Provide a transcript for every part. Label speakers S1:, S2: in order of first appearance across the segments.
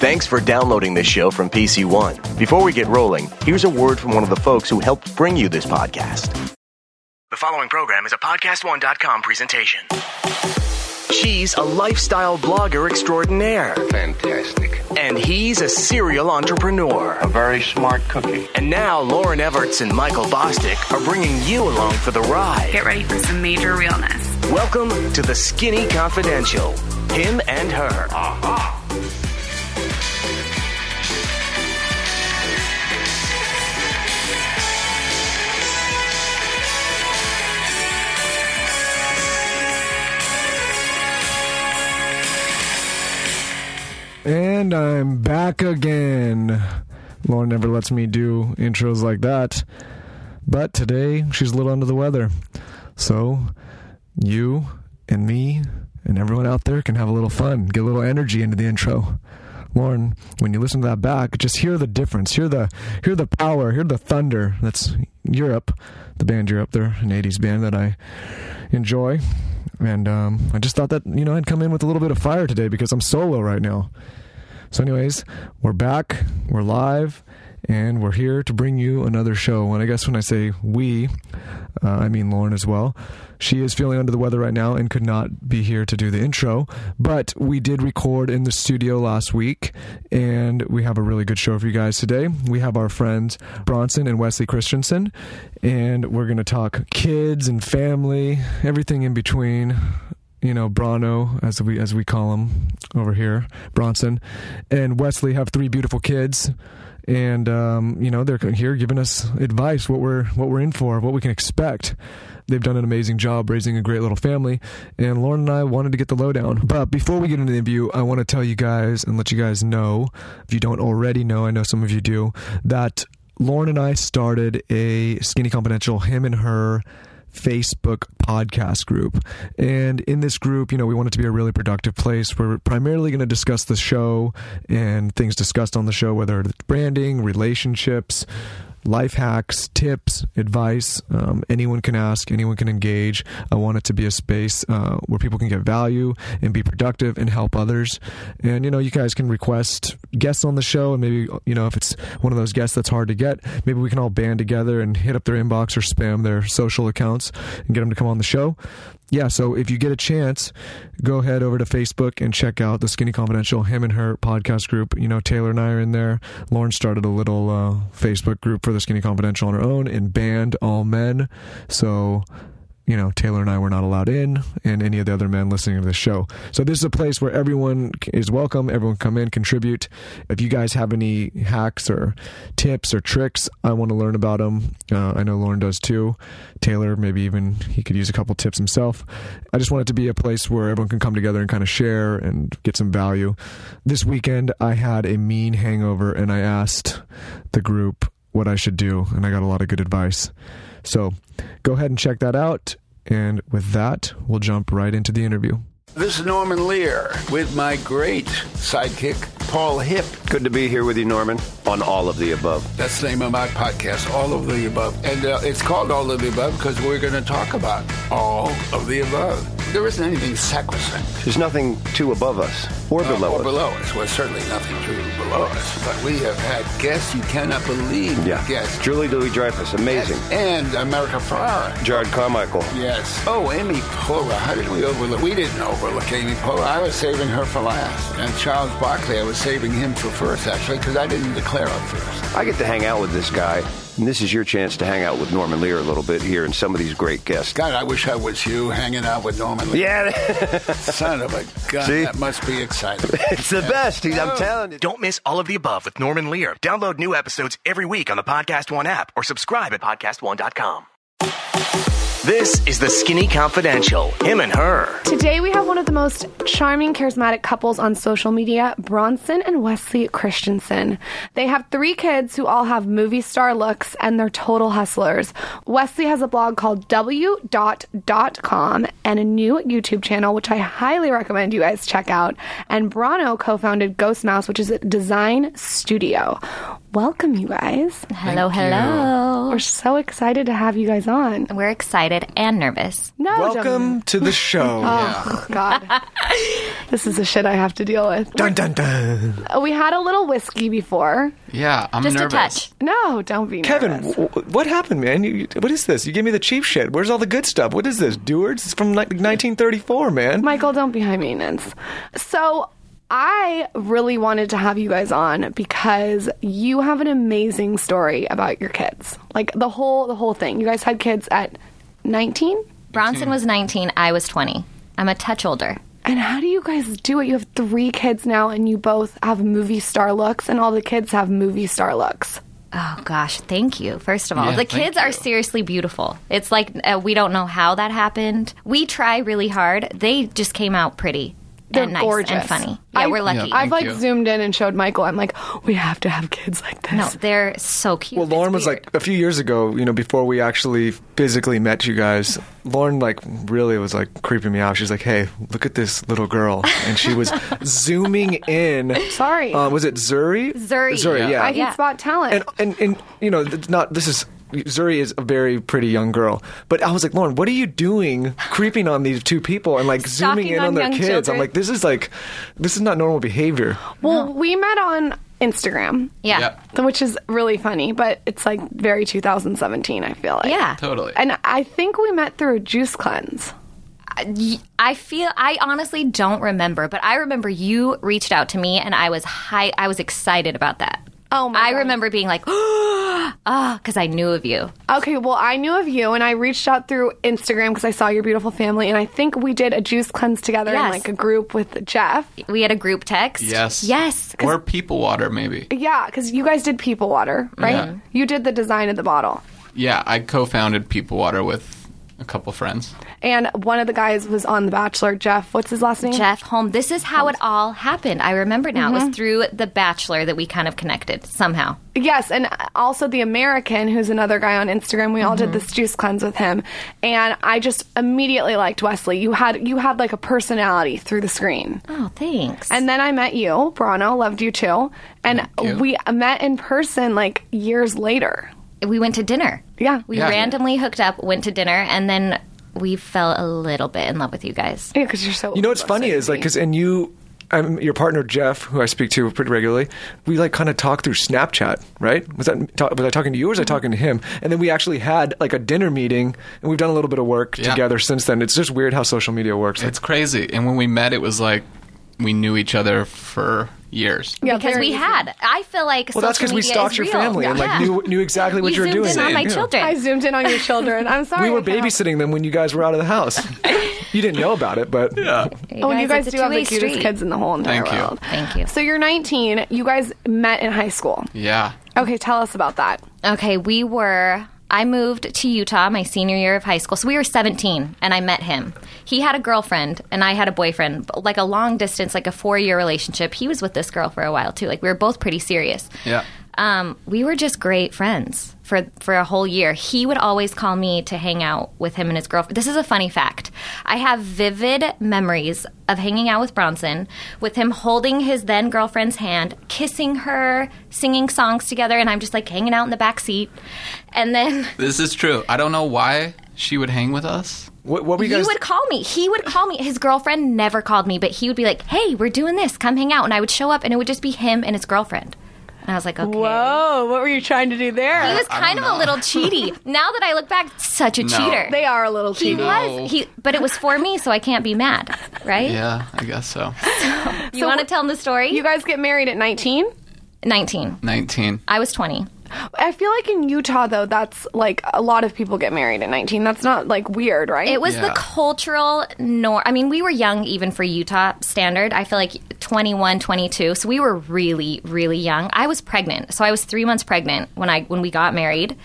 S1: Thanks for downloading this show from PC One. Before we get rolling, here's a word from one of the folks who helped bring you this podcast. The following program is a PodcastOne.com presentation. She's a lifestyle blogger extraordinaire,
S2: Fantastic.
S1: and he's a serial entrepreneur.
S2: A very smart cookie.
S1: And now Lauren Everts and Michael Bostic are bringing you along for the ride.
S3: Get ready for some major realness.
S1: Welcome to the Skinny Confidential. Him and her.
S4: And I'm back again. Lauren never lets me do intros like that. But today she's a little under the weather. So you and me and everyone out there can have a little fun, get a little energy into the intro. Lauren, when you listen to that back, just hear the difference. Hear the hear the power, hear the thunder. That's Europe, the band Europe. They're an 80s band that I enjoy. And um, I just thought that, you know, I'd come in with a little bit of fire today because I'm solo right now. So, anyways, we're back, we're live, and we're here to bring you another show. And I guess when I say we, uh, I mean Lauren as well. She is feeling under the weather right now and could not be here to do the intro, but we did record in the studio last week, and we have a really good show for you guys today. We have our friends Bronson and Wesley Christensen, and we're going to talk kids and family, everything in between you know Brano as we as we call him over here Bronson and Wesley have three beautiful kids and um, you know they're here giving us advice what we're what we're in for what we can expect they've done an amazing job raising a great little family and Lauren and I wanted to get the lowdown but before we get into the interview I want to tell you guys and let you guys know if you don't already know I know some of you do that Lauren and I started a skinny confidential him and her Facebook podcast group. And in this group, you know, we want it to be a really productive place. We're primarily going to discuss the show and things discussed on the show, whether it's branding, relationships, life hacks, tips, advice. Um, anyone can ask, anyone can engage. I want it to be a space uh, where people can get value and be productive and help others. And, you know, you guys can request guests on the show, and maybe, you know, if it's one of those guests that's hard to get, maybe we can all band together and hit up their inbox or spam their social accounts and get them to come on the show. Yeah, so if you get a chance, go ahead over to Facebook and check out the Skinny Confidential Him and Her podcast group. You know, Taylor and I are in there. Lauren started a little uh, Facebook group for the Skinny Confidential on her own and banned all men. So you know, Taylor and I were not allowed in, and any of the other men listening to this show. So this is a place where everyone is welcome. Everyone come in, contribute. If you guys have any hacks or tips or tricks, I want to learn about them. Uh, I know Lauren does too. Taylor, maybe even he could use a couple tips himself. I just want it to be a place where everyone can come together and kind of share and get some value. This weekend, I had a mean hangover, and I asked the group what I should do, and I got a lot of good advice. So go ahead and check that out. And with that, we'll jump right into the interview.
S2: This is Norman Lear with my great sidekick, Paul Hip.
S5: Good to be here with you, Norman, on all of the above.
S2: That's the name of my podcast, All of the Above. And uh, it's called All of the Above because we're going to talk about all of the above. There isn't anything sacrosanct.
S5: There's nothing too above us or
S2: uh,
S5: below
S2: or
S5: us.
S2: below us. Well, certainly nothing true below us. But we have had guests you cannot believe.
S5: Yeah.
S2: Guests.
S5: Julie Louis Dreyfus, amazing.
S2: And America Ferrara.
S5: Jared Carmichael.
S2: Yes. Oh, Amy Poehler. How did we overlook? We didn't overlook Amy Poehler. I was saving her for last. And Charles Barkley, I was saving him for first, actually, because I didn't declare him first.
S5: I get to hang out with this guy, and this is your chance to hang out with Norman Lear a little bit here and some of these great guests.
S2: God, I wish I was you hanging out with Norman. Lee.
S5: Yeah,
S2: Son of a gun.
S5: See?
S2: That must be exciting.
S5: it's the best. He's, I'm telling you.
S1: Don't miss all of the above with Norman Lear. Download new episodes every week on the Podcast One app or subscribe at podcastone.com. This is the Skinny Confidential, him and her.
S6: Today we have one of the most charming, charismatic couples on social media, Bronson and Wesley Christensen. They have three kids who all have movie star looks and they're total hustlers. Wesley has a blog called w.com and a new YouTube channel which I highly recommend you guys check out. And Brano co-founded Ghost Mouse, which is a design studio. welcome you guys.
S7: Hello, hello.
S6: We're so excited to have you guys on.
S7: We're excited and nervous.
S6: No,
S4: Welcome to the show.
S6: Oh God, this is the shit I have to deal with.
S4: Dun dun dun.
S6: We had a little whiskey before.
S2: Yeah, I'm
S7: Just
S2: nervous.
S7: a touch.
S6: No, don't be
S4: Kevin,
S6: nervous.
S4: w- w- what happened, man? You, you- what is this? You gave me the cheap shit. Where's all the good stuff? What is this, Dewards? It's from like 1934, man.
S6: Michael, don't be high maintenance. So I really wanted to have you guys on because you have an amazing story about your kids. Like the whole the whole thing. You guys had kids at 19?
S7: Bronson was 19, I was 20. I'm a touch older.
S6: And how do you guys do it? You have three kids now and you both have movie star looks and all the kids have movie star looks.
S7: Oh gosh, thank you. First of all,
S2: Yeah,
S7: the
S2: thank
S7: kids are
S2: you.
S7: seriously beautiful. It's like uh, we don't know how that happened. We try really hard. They just came out pretty
S6: They're
S7: and nice
S6: gorgeous.
S7: and funny. Yeah,
S6: I-
S7: we're lucky.
S2: Yeah,
S6: I've
S2: Thank
S6: like
S2: you.
S6: zoomed in and showed Michael. I'm like, we have to have kids like this.
S7: no, they're so cute.
S4: Well, Lauren
S7: It's
S4: was
S7: weird.
S4: like a few years ago, you know, before we actually physically met you guys. Lauren like really was like creeping me out. She's like, "Hey, look at this little girl," and she was zooming in.
S6: Sorry.
S4: uh, was it Zuri?
S7: Zuri.
S4: Zuri, yeah.
S6: I can
S7: yeah.
S6: spot talent.
S4: and and and you know, it's not this is. Zuri is a very pretty young girl, but I was like, Lauren, what are you doing, creeping on these two people and like zooming
S7: Stalking
S4: in on,
S7: on
S4: their
S7: young
S4: kids? I'm
S7: children.
S4: like, this is like, this is not normal behavior.
S6: well, we met on Instagram.
S7: yeah.
S2: Yep.
S6: which is really funny, but it's like very 2017. I feel like
S7: Yeah.
S2: Totally.
S6: and I think we met through a juice cleanse.
S7: Y- I feel I honestly don't remember, but I remember you reached out to me and I was high I was excited about that.
S6: Oh my
S7: I
S6: God.
S7: remember being like, ah, cuz I knew of you.
S6: Okay, well, I knew of you, and I reached out through Instagram because I saw your beautiful family, and I think we did a juice cleanse together in
S7: Yes.
S6: like a group with Jeff.
S7: We had a group text.
S2: yes.
S7: Yes.
S2: Or people water, maybe.
S6: Yeah, because you guys did people water, right?
S2: Yeah.
S7: Mm-hmm.
S6: You did the design of the bottle,
S2: Yeah, I co-founded People Water with a couple friends.
S6: and one of the guys was on The Bachelor. Jeff, what's his last name?
S7: Jeff Holm. This is how it all happened. I remember now.
S6: Mm-hmm.
S7: It was through The Bachelor that we kind of connected somehow.
S6: Yes, and also the American, who's another guy on Instagram. We all did
S7: Mm-hmm.
S6: this juice cleanse with him, and I just immediately liked Wesley. You had you had like a personality through the screen,
S7: Oh, thanks.
S6: and then I met you, Brano. Loved you too, and
S2: Thank you.
S6: we met in person like years later.
S7: we went to dinner.
S6: Yeah.
S7: We
S2: Yeah.
S7: randomly hooked up, went to dinner, and then we fell a little bit in love with you guys.
S6: Yeah, because you're so.
S4: You know what's funny is like, because and you, um, your partner Jeff, who I speak to pretty regularly, we like kind of talk through Snapchat, right? Was that ta- was I talking to you or was I
S7: Mm-hmm.
S4: talking to him? And then we actually had like a dinner meeting, and we've done a little bit of work
S2: Yeah.
S4: together since then. It's just weird how social media works. Like,
S2: It's crazy. And when we met, it was like we knew each other for years.
S6: Yeah,
S7: because
S6: very
S7: we
S6: easy.
S7: had. I feel like
S4: well, that's
S7: because
S4: because we stalked your family and like knew knew exactly what
S7: you
S4: you, were
S7: zoomed
S4: doing.
S7: in on my
S4: Yeah.
S7: children.
S6: I zoomed in on your children. I'm sorry.
S4: We were
S6: I can't help-
S4: babysitting them when you guys were out of the house. you didn't know about it, but
S6: Oh, and you guys
S7: it's a
S6: do have the
S7: two-way
S6: cutest
S7: street.
S6: kids in the whole entire
S2: Thank you.
S6: world.
S7: Thank you.
S6: So you're 19. You guys met in high school.
S2: Yeah.
S6: Okay, tell us about that.
S7: Okay, we were. I moved to Utah my senior year of high school. So we were 17 and I met him. He had a girlfriend and I had a boyfriend, but like a long distance, like a four year relationship. He was with this girl for a while too. Like we were both pretty serious.
S2: Yeah.
S7: Um, we were just great friends for for a whole year. He would always call me to hang out with him and his girlfriend. This is a funny fact. I have vivid memories of hanging out with Bronson, with him holding his then girlfriend's hand, kissing her, singing songs together, and I'm just like hanging out in the back seat. And then
S2: This is true. I don't know why she would hang with us.
S4: what, what were you
S7: he
S4: guys?
S7: would call me. He would call me. His girlfriend never called me, but he would be like, "Hey, we're doing this. Come hang out." And I would show up, and it would just be him and his girlfriend. And I was like, "Okay."
S6: Whoa, what were you trying to do there?
S7: He was kind of a little cheaty. now that I look back, such a
S2: No.
S7: cheater.
S6: They are a little
S7: he
S6: cheating.
S7: was he, but it was for me, so I can't be mad, right?
S2: Yeah, I guess so.
S7: You want to tell him the story?
S6: You guys get married at 19?
S7: Nineteen.
S2: 19.
S7: I was twenty.
S6: I feel like in Utah, though, that's like a lot of people get married at 19. That's not like weird, right?
S7: It was the
S2: Yeah.
S7: cultural norm. I mean, we were young even for Utah standard. I feel like 21, 22. So we were really, really young. I was pregnant, so I was three months pregnant when I when we got married,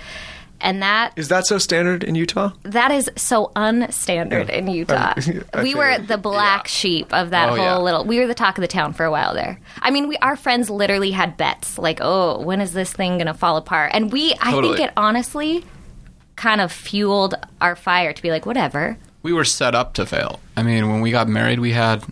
S7: and that
S4: is that so standard in Utah?
S7: that is so unstandard in Utah.
S4: I
S7: we
S4: feel
S7: were
S4: it.
S7: the black sheep of that
S2: Oh,
S7: whole
S2: yeah.
S7: little. We were the talk of the town for a while there. I mean, we our friends literally had bets like, "Oh, when is this thing going to fall apart?" And we, I
S2: Totally.
S7: think it honestly kind of fueled our fire to be like, "Whatever."
S2: We were set up to fail. I mean, when we got married, we had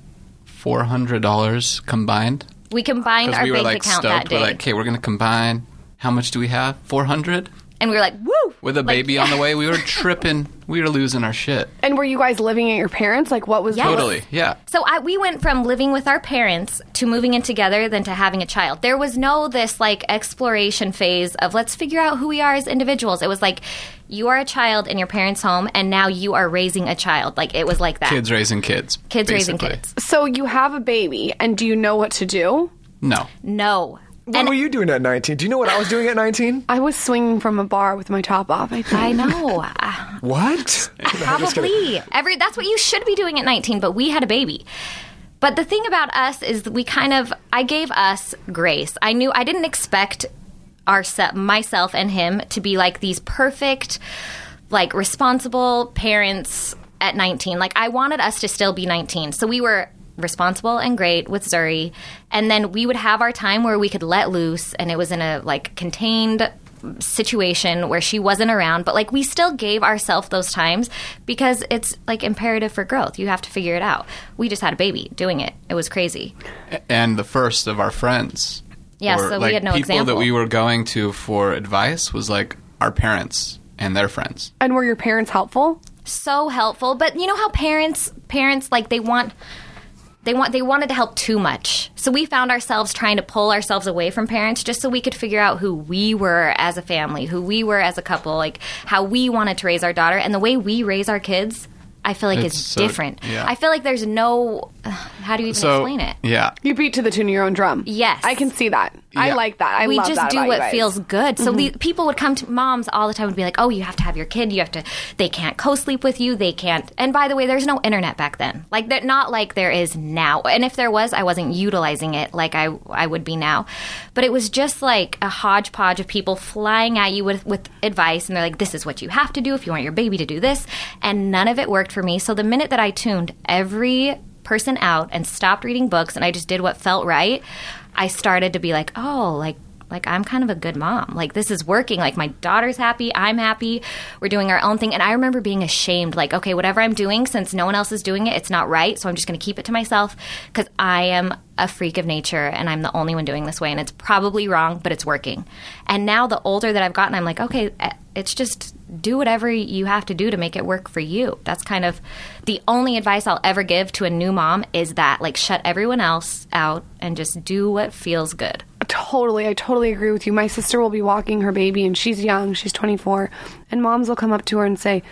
S2: $400 combined.
S7: We combined
S2: Because
S7: our
S2: we were
S7: bank
S2: like
S7: account
S2: stoked.
S7: that day.
S2: We're like, okay, we're going to combine How much do we have? 400?
S7: And we were like, woo!
S2: With a
S7: Like-
S2: baby on the way, we were tripping. We were losing our shit.
S6: And were you guys living at your parents? Like, what was
S7: Yes.
S2: Totally. Yeah.
S7: So I, we went from living with our parents to moving in together than to having a child. There was no this like exploration phase of let's figure out who we are as individuals. It was like you are a child in your parents' home and now you are raising a child. Like it was like that.
S2: Kids raising kids.
S7: Kids raising
S2: basically.
S7: kids.
S6: So you have a baby, and do you know what to do?
S2: No.
S7: No.
S4: What were you doing at 19? Do you know what I was doing at 19?
S6: I was swinging from a bar with my top off. I think.
S7: I know. I-
S4: What?
S7: Probably. Every that's what you should be doing at 19, but we had a baby. But the thing about us is that we kind of I gave us grace. I knew I didn't expect ourself myself and him to be like these perfect like responsible parents at 19. Like I wanted us to still be 19. So we were responsible and great with Zuri and then we would have our time where we could let loose and it was in a like contained situation where she wasn't around, but like we still gave ourselves those times because it's like imperative for growth. You have to figure it out. We just had a baby doing it. It was crazy.
S2: And the first of our friends.
S7: Yeah,
S2: or,
S7: so we
S2: like,
S7: had no
S2: people
S7: example.
S2: that we were going to for advice was like our parents and their friends.
S6: And were your parents helpful?
S7: So helpful, but you know how parents parents like they want they want they wanted to help too much. So we found ourselves trying to pull ourselves away from parents just so we could figure out who we were as a family, who we were as a couple, like how we wanted to raise our daughter and the way we raise our kids. I feel like
S2: It's
S7: is
S2: so-
S7: different.
S2: yeah.
S7: I feel like there's no how do you even
S2: So
S7: explain it?
S2: yeah,
S6: You beat to the tune of your own drum.
S7: Yes.
S6: I can see that. I
S2: Yeah.
S6: like that. I
S7: we
S6: love
S7: just
S6: that
S7: do
S6: about you
S7: what
S6: guys. Mm-hmm.
S7: feels good. So the, people would come to moms all the time and be like, "Oh, you have to have your kid. You have to. They can't co-sleep with you. They can't." And by the way, there's no internet back then. Like that, not like there is now. And if there was, I wasn't utilizing it like I I would be now. But it was just like a hodgepodge of people flying at you with with advice, and they're like, "This is what you have to do if you want your baby to do this," and none of it worked for me. So the minute that I tuned every person out and stopped reading books and I just did what felt right, I started to be like, oh, like like I'm kind of a good mom. Like this is working. Like my daughter's happy, I'm happy. We're doing our own thing and I remember being ashamed like, okay, whatever I'm doing since no one else is doing it, it's not right, so I'm just going to keep it to myself cuz I am a freak of nature and I'm the only one doing this way and it's probably wrong, but it's working. And now the older that I've gotten, I'm like, okay, eh, it's just do whatever you have to do to make it work for you. That's kind of the only advice I'll ever give to a new mom is that like shut everyone else out and just do what feels good.
S6: Totally, I totally agree with you. My sister will be walking her baby, and she's young; she's 24, and moms will come up to her and say,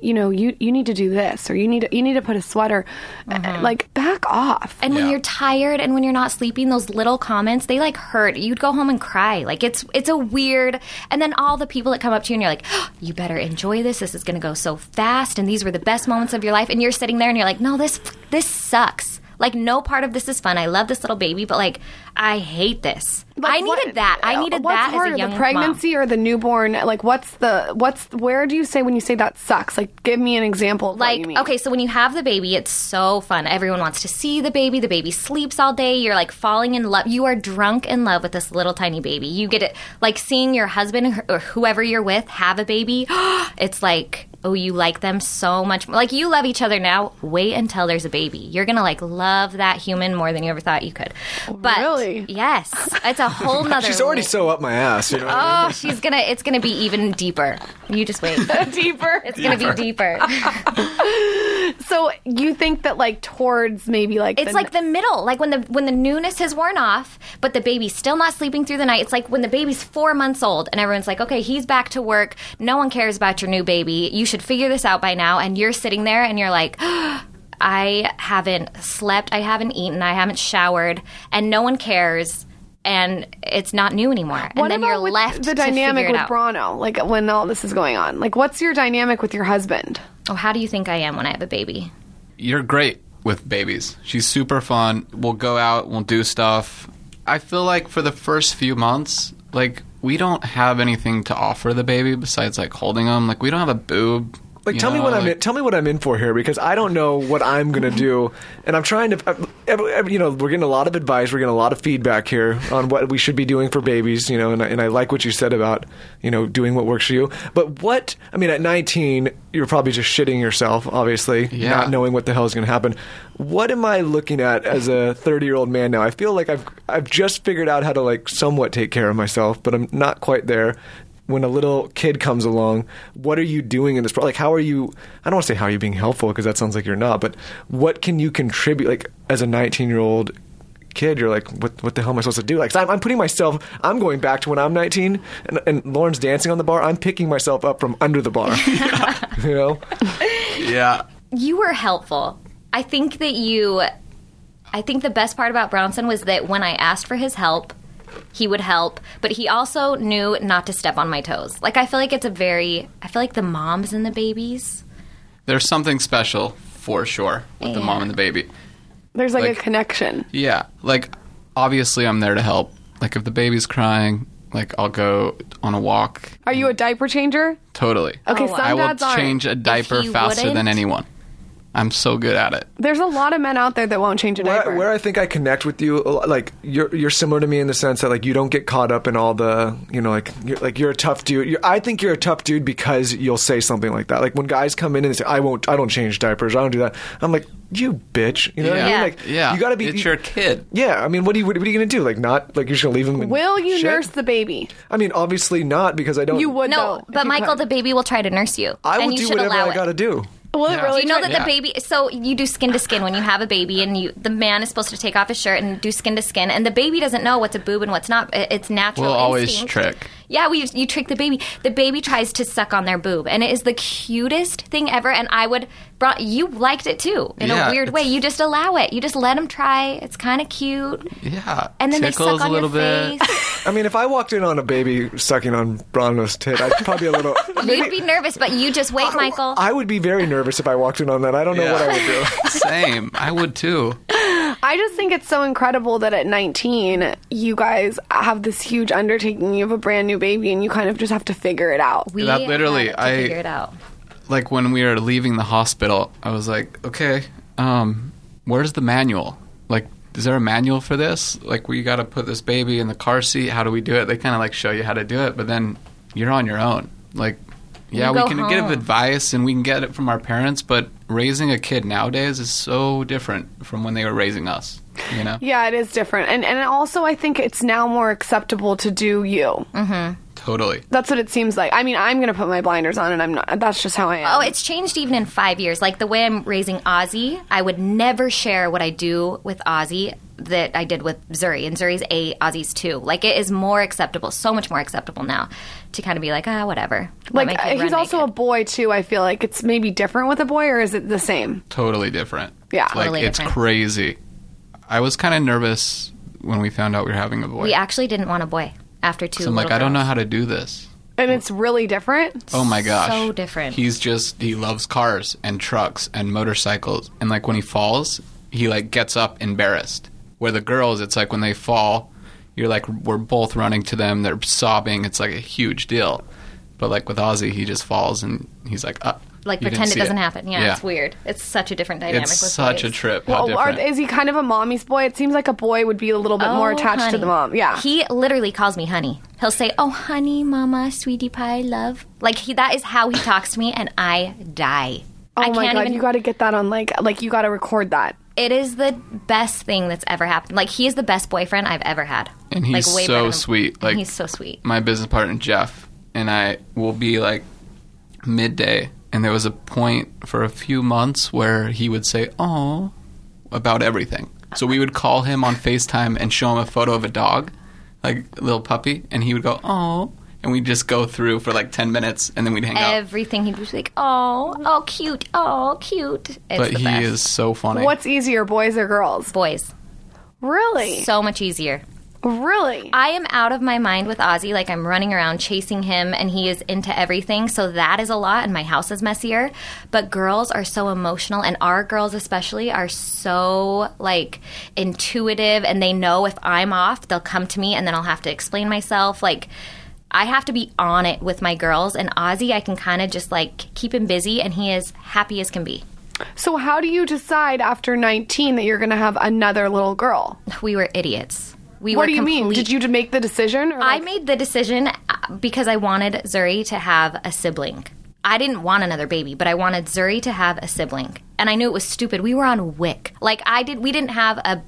S6: "You know, you you need to do this, or you need to, you need to put a sweater."
S7: Mm-hmm.
S6: Uh, Like, back off.
S7: And when
S2: Yeah.
S7: you're tired and when you're not sleeping, those little comments, they like hurt. You'd go home and cry. Like it's it's a weird and then all the people that come up to you and you're like, "Oh, "You better enjoy this. This is going to go so fast and these were the best moments of your life." And you're sitting there and you're like, "No, this this sucks." Like no part of this is fun. I love this little baby, but like I hate this. I needed
S6: What- uh,
S7: that. I needed
S6: what's
S7: that
S6: harder,
S7: as a young
S6: the
S7: mom.
S6: pregnancy or the newborn? Like, what's the what's where do you say when you say that sucks? Like, give me an example. Of what
S7: like
S6: you mean.
S7: okay so when you have the baby it's so fun everyone wants to see the baby the baby sleeps all day you're like falling in love you are drunk in love with this little tiny baby you get it like seeing your husband or whoever you're with have a baby it's like oh you like them so much more. like you love each other now wait until there's a baby you're gonna like love that human more than you ever thought you could but
S6: Really?
S7: yes it's a whole nother
S4: She's already so up my ass. You know?
S7: oh she's gonna it's gonna be even deeper you just wait
S6: deeper.
S7: it's gonna be deeper
S6: So you think that like towards maybe like
S7: It's like the middle, like when the when the newness has worn off, but the baby's still not sleeping through the night. It's like when the baby's four months old, and everyone's like, "Okay, he's back to work. No one cares about your new baby. You should figure this out by now." And you're sitting there, and you're like. I haven't slept, I haven't eaten, I haven't showered, and no one cares, and it's not new anymore. And
S6: What
S7: then
S6: about
S7: you're
S6: with
S7: left
S6: the
S7: to
S6: dynamic
S7: figure it
S6: with
S7: out.
S6: Brano? Like when all this is going on, like what's your dynamic with your husband?
S7: Oh, how do you think I am when I have a baby?
S2: you're great with babies. She's super fun. We'll go out, we'll do stuff. I feel like for the first few months, like we don't have anything to offer the baby besides like holding them. Like we don't have a boob.
S4: Like,
S2: You
S4: tell me
S2: know,
S4: what I'm
S2: like-
S4: in, tell me what I'm in for here because I don't know what I'm gonna do, and I'm trying to. I- every- every- You know, we're getting a lot of advice, we're getting a lot of feedback here on what we should be doing for babies. You know, and I, and I like what you said about you know doing what works for you. But what I mean, at 19, you're probably just shitting yourself, obviously,
S2: Yeah.
S4: not knowing what the hell is gonna happen. What am I looking at as a 30 year old man now? I feel like I've I've just figured out how to like somewhat take care of myself, but I'm not quite there when a little kid comes along, what are you doing in this? Pro- like, how are you? I don't want to say how are you being helpful because that sounds like you're not. But what can you contribute? Like, as a 19 year old kid, you're like, what? What the hell am I supposed to do? Like, 'cause I'm, I'm putting myself. I'm going back to when I'm 19, and, and Lauren's dancing on the bar. I'm picking myself up from under the bar. you know?
S2: Yeah.
S7: you were helpful. I think that you. I think the best part about Bronson was that when I asked for his help, he would help, but he also knew not to step on my toes. Like, I feel like it's a very. I feel like the moms and the babies.
S2: There's something special for sure with the mom and the baby.
S6: There's like,
S2: Like-
S6: a connection.
S2: Yeah, like obviously I'm there to help. Like if the baby's crying, like I'll go on a walk.
S6: Are you a diaper changer?
S2: Totally.
S7: Oh,
S6: Okay, some
S2: I will
S6: dads aren't.
S2: change a diaper
S7: he
S2: faster than
S7: wouldn't-
S2: anyone. I'm so good at it.
S6: There's a lot of men out there that won't change a diaper.
S4: Where, where I think I connect with you, a lot- like you're you're similar to me in the sense that like you don't get caught up in all the you know like you're, like you're a tough dude. You're, I think you're a tough dude because you'll say something like that. Like when guys come in and say, "I won't, I don't change diapers, I don't do that," I'm like, "You bitch," you know what I mean?
S7: Yeah.
S4: Like
S2: Yeah,
S4: you gotta be.
S2: It's your kid.
S4: yeah, I mean, what do you what, are you gonna do? Like not like you're just gonna leave him? in
S6: Will you
S4: shit?
S6: nurse the baby?
S4: I mean, obviously not because I don't.
S6: You would though,
S7: No,
S6: if
S7: but
S6: you
S7: Michael,
S6: could.
S7: the baby will try to nurse you.
S4: I
S7: and
S4: will
S7: you
S4: do
S7: should
S4: whatever
S7: allow
S4: I gotta
S7: it.
S4: do.
S6: Will it
S2: Yeah.
S6: really
S7: Do you know
S6: change-
S7: that the baby? So you do skin to skin when you have a baby, and you the man is supposed to take off his shirt and do skin to skin, and the baby doesn't know what's a boob and what's not. It- It's natural.
S2: We'll always
S7: instinct.
S2: trick.
S7: Yeah, we you trick the baby. The baby tries to suck on their boob, and it is the cutest thing ever. And I would brought you liked it too in
S2: Yeah,
S7: a weird way.
S2: it's-
S7: You just allow it. You just let them try. It's kind of cute,
S2: Yeah.
S7: and then
S2: Tickles
S7: they suck on
S2: a little
S7: your
S2: bit.
S7: face.
S4: I mean, if I walked in on a baby sucking on Bronwyn's tit, I'd probably a little.
S7: You'd be nervous, but you just wait, Michael.
S4: I would be very nervous if I walked in on that. I don't know
S2: Yeah.
S4: what I would do.
S2: Same. I would too.
S6: I just think it's so incredible that at 19, you guys have this huge undertaking. You have a brand new baby, and you kind of just have to figure it out.
S7: we
S2: That literally,
S7: had to
S2: I-
S7: figure it out.
S2: Like when we were leaving the hospital, I was like, okay, um, where's the manual? Like, is there a manual for this? Like, we got to put this baby in the car seat. How do we do it? They kind of like show you how to do it, but then you're on your own. Like, yeah,
S7: You
S2: we
S7: go
S2: can give
S7: home.
S2: advice and we can get it from our parents, but raising a kid nowadays is so different from when they were raising us. You know?
S6: Yeah, it is different. And and also I think it's now more acceptable to do you.
S2: Totally.
S6: That's what it seems like. I mean, I'm going to put my blinders on and I'm not that's just how I am.
S7: Oh, it's changed even in five years. Like the way I'm raising Ozzy, I would never share what I do with Ozzy that I did with Zuri. And Zuri's eight, Ozzy's two. Like it is more acceptable, so much more acceptable now to kind of be like, ah, whatever. Let my
S6: like
S7: kid
S6: uh, he's
S7: run
S6: also a
S7: naked.
S6: boy too. I feel like it's maybe different with a boy or is it the same?
S2: Totally different.
S6: Yeah.
S2: Like,
S7: Totally
S2: it's
S7: different.
S2: crazy. I was kind of nervous when we found out we were having a boy.
S7: We actually didn't want a boy after two.
S2: So I'm like,
S7: little
S2: I don't know
S7: girls.
S2: how to do this.
S6: And it's really different.
S2: Oh my gosh.
S7: So different.
S2: He's just, he loves cars and trucks and motorcycles. And like when he falls, he like gets up embarrassed. Where the girls, it's like when they fall, you're like, we're both running to them. They're sobbing. It's like a huge deal. But like with Ozzy, he just falls and he's like, "Uh, up.
S7: like pretend it doesn't happen. Yeah, it's weird. It's such a different dynamic.
S2: It's
S7: with
S2: such
S7: boys.
S2: a trip. How
S6: Well, are,
S2: different.
S6: is he kind of a mommy's boy? It seems like a boy would be a little bit more
S7: Oh,
S6: attached to
S7: honey.
S6: the mom. Yeah.
S7: He literally calls me honey. He'll say, "Oh, honey, mama, sweetie pie, love." Like he, that is how he talks to me, and I die.
S6: oh
S7: I
S6: my
S7: can't
S6: god,
S7: even.
S6: you got to get that on like like you got to record that.
S7: it is the best thing that's ever happened. Like he is the best boyfriend I've ever had.
S2: And he's
S7: like, way
S2: so
S7: better than-
S2: sweet,
S7: and
S2: like-
S7: he's so sweet.
S2: my business partner Jeff and I will be like midday, and there was a point for a few months where he would say "oh" about everything. So we would call him on Facetime and show him a photo of a dog, like a little puppy, and he would go "oh," and we'd just go through for like ten minutes, and then we'd hang out.
S7: Everything he'd be like, "Oh, oh, cute, oh, cute." It's
S2: But
S7: the
S2: he
S7: best.
S2: is so funny.
S6: What's easier, boys or girls?
S7: boys
S6: Really?
S7: so much easier.
S6: really?
S7: I am out of my mind with Ozzy. Like I'm running around chasing him, and he is into everything. So that is a lot, and my house is messier. But girls are so emotional, and our girls especially are so like intuitive, and they know if I'm off, they'll come to me, and then I'll have to explain myself. Like I have to be on it with my girls. And Ozzy, I can kind of just like keep him busy, and he is happy as can be.
S6: So, how do you decide after 19 that you're going to have another little girl?
S7: We were idiots. We
S6: what
S7: were
S6: do you mean?
S7: complete-
S6: Did you make the decision? or,
S7: I
S6: like-
S7: made the decision uh, because I wanted Zuri to have a sibling. I didn't want another baby, but I wanted Zuri to have a sibling. And I knew it was stupid. We were on WIC. Like I did we didn't have a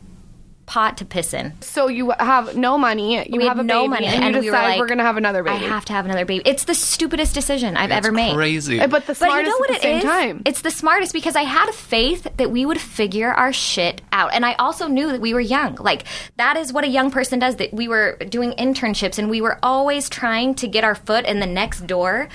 S7: pot to piss in.
S6: So you have no money. You
S7: we
S6: have
S7: had
S6: a
S7: no
S6: baby,
S7: money
S6: and you
S7: and
S6: decide
S7: we were like
S6: are going to have another baby.
S7: I have to have another baby. It's the stupidest decision I've ever made.
S2: Crazy.
S6: But the smartest
S7: But you know what
S6: at
S7: it
S6: the same
S7: is?
S6: time.
S7: It's the smartest because I had faith that we would figure our shit out. And I also knew that we were young. Like, that is what a young person does, that we were doing internships and we were always trying to get our foot in the next door.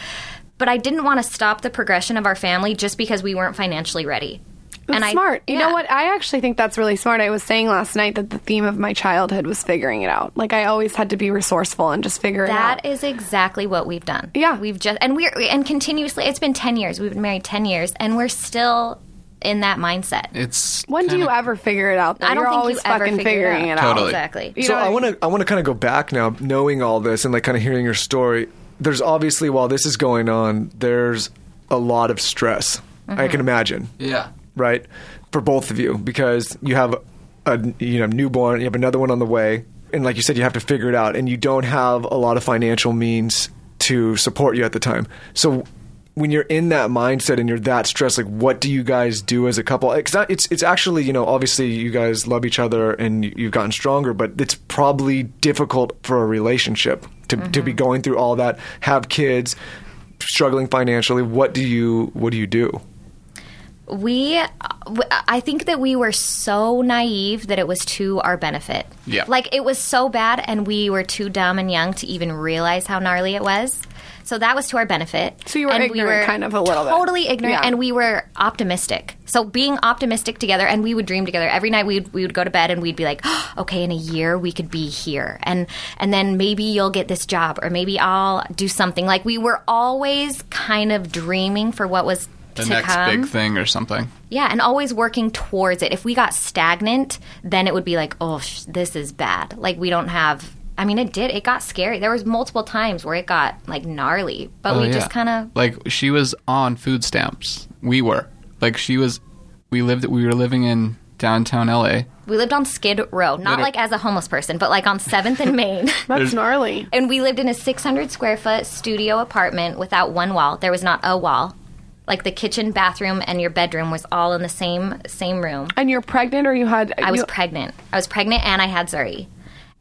S7: But I didn't want to stop the progression of our family just because we weren't financially ready.
S6: That's
S7: I-
S6: smart. you
S7: yeah.
S6: know what? I actually think that's really smart. I was saying last night that the theme of my childhood was figuring it out. Like I always had to be resourceful and just figure it out.
S7: That is exactly what we've done.
S6: Yeah.
S7: we've just and we're and continuously. It's been ten years. We've been married ten years, and we're still in that mindset.
S2: it's
S6: when do
S2: kinda-
S6: you ever figure it out? Though?
S7: I don't
S6: You're
S7: think
S6: always
S7: you ever
S6: fucking
S7: figure it
S6: figuring it
S7: out.
S6: out.
S2: Totally.
S7: Exactly.
S6: You
S4: so
S6: know what
S4: I
S6: I
S4: want to I want to kind of go back now, knowing all this and like kind of hearing your story. There's obviously while this is going on, there's a lot of stress. I can imagine,
S2: Yeah.
S4: right, for both of you because you have a you know newborn, you have another one on the way, and like you said, you have to figure it out, and you don't have a lot of financial means to support you at the time. So when you're in that mindset and you're that stressed, like what do you guys do as a couple? It's not, it's it's actually you know obviously you guys love each other and you- you've gotten stronger, but it's probably difficult for a relationship to to be going through all that, have kids, struggling financially. What do you what do you do?
S7: we uh, w- i think that we were so naive that it was to our benefit
S2: Yeah.
S7: like it was so bad and we were too dumb and young to even realize how gnarly it was so that was to our benefit
S6: So you were
S7: and
S6: ignorant kind of a little bit.
S7: totally
S6: Yeah.
S7: ignorant and we were optimistic so being optimistic together and we would dream together every night we would, we would go to bed and we'd be like okay in a year we could be here and and then maybe you'll get this job or maybe i'll do something like we were always kind of dreaming for what was
S2: The
S7: to
S2: next
S7: come.
S2: big thing or something.
S7: Yeah, and always working towards it. If we got stagnant, then it would be like, oh, sh- this is bad. Like we don't have. I mean, it did. It got scary. There was multiple times where it got like gnarly, but
S2: Oh,
S7: we
S2: yeah.
S7: just kind of
S2: like she was on food stamps. We were like she was. We lived. We were living in downtown LA.
S7: we lived on Skid Row, not
S2: Literally-
S7: like as a homeless person, but like on Seventh and Main.
S6: That's gnarly.
S7: and we lived in a 600 square foot studio apartment without one wall. There was not a wall. Like the kitchen, bathroom, and your bedroom was all in the same same room.
S6: And you're pregnant, or you had?
S7: I was
S6: you-
S7: pregnant. I was pregnant and I had Zuri.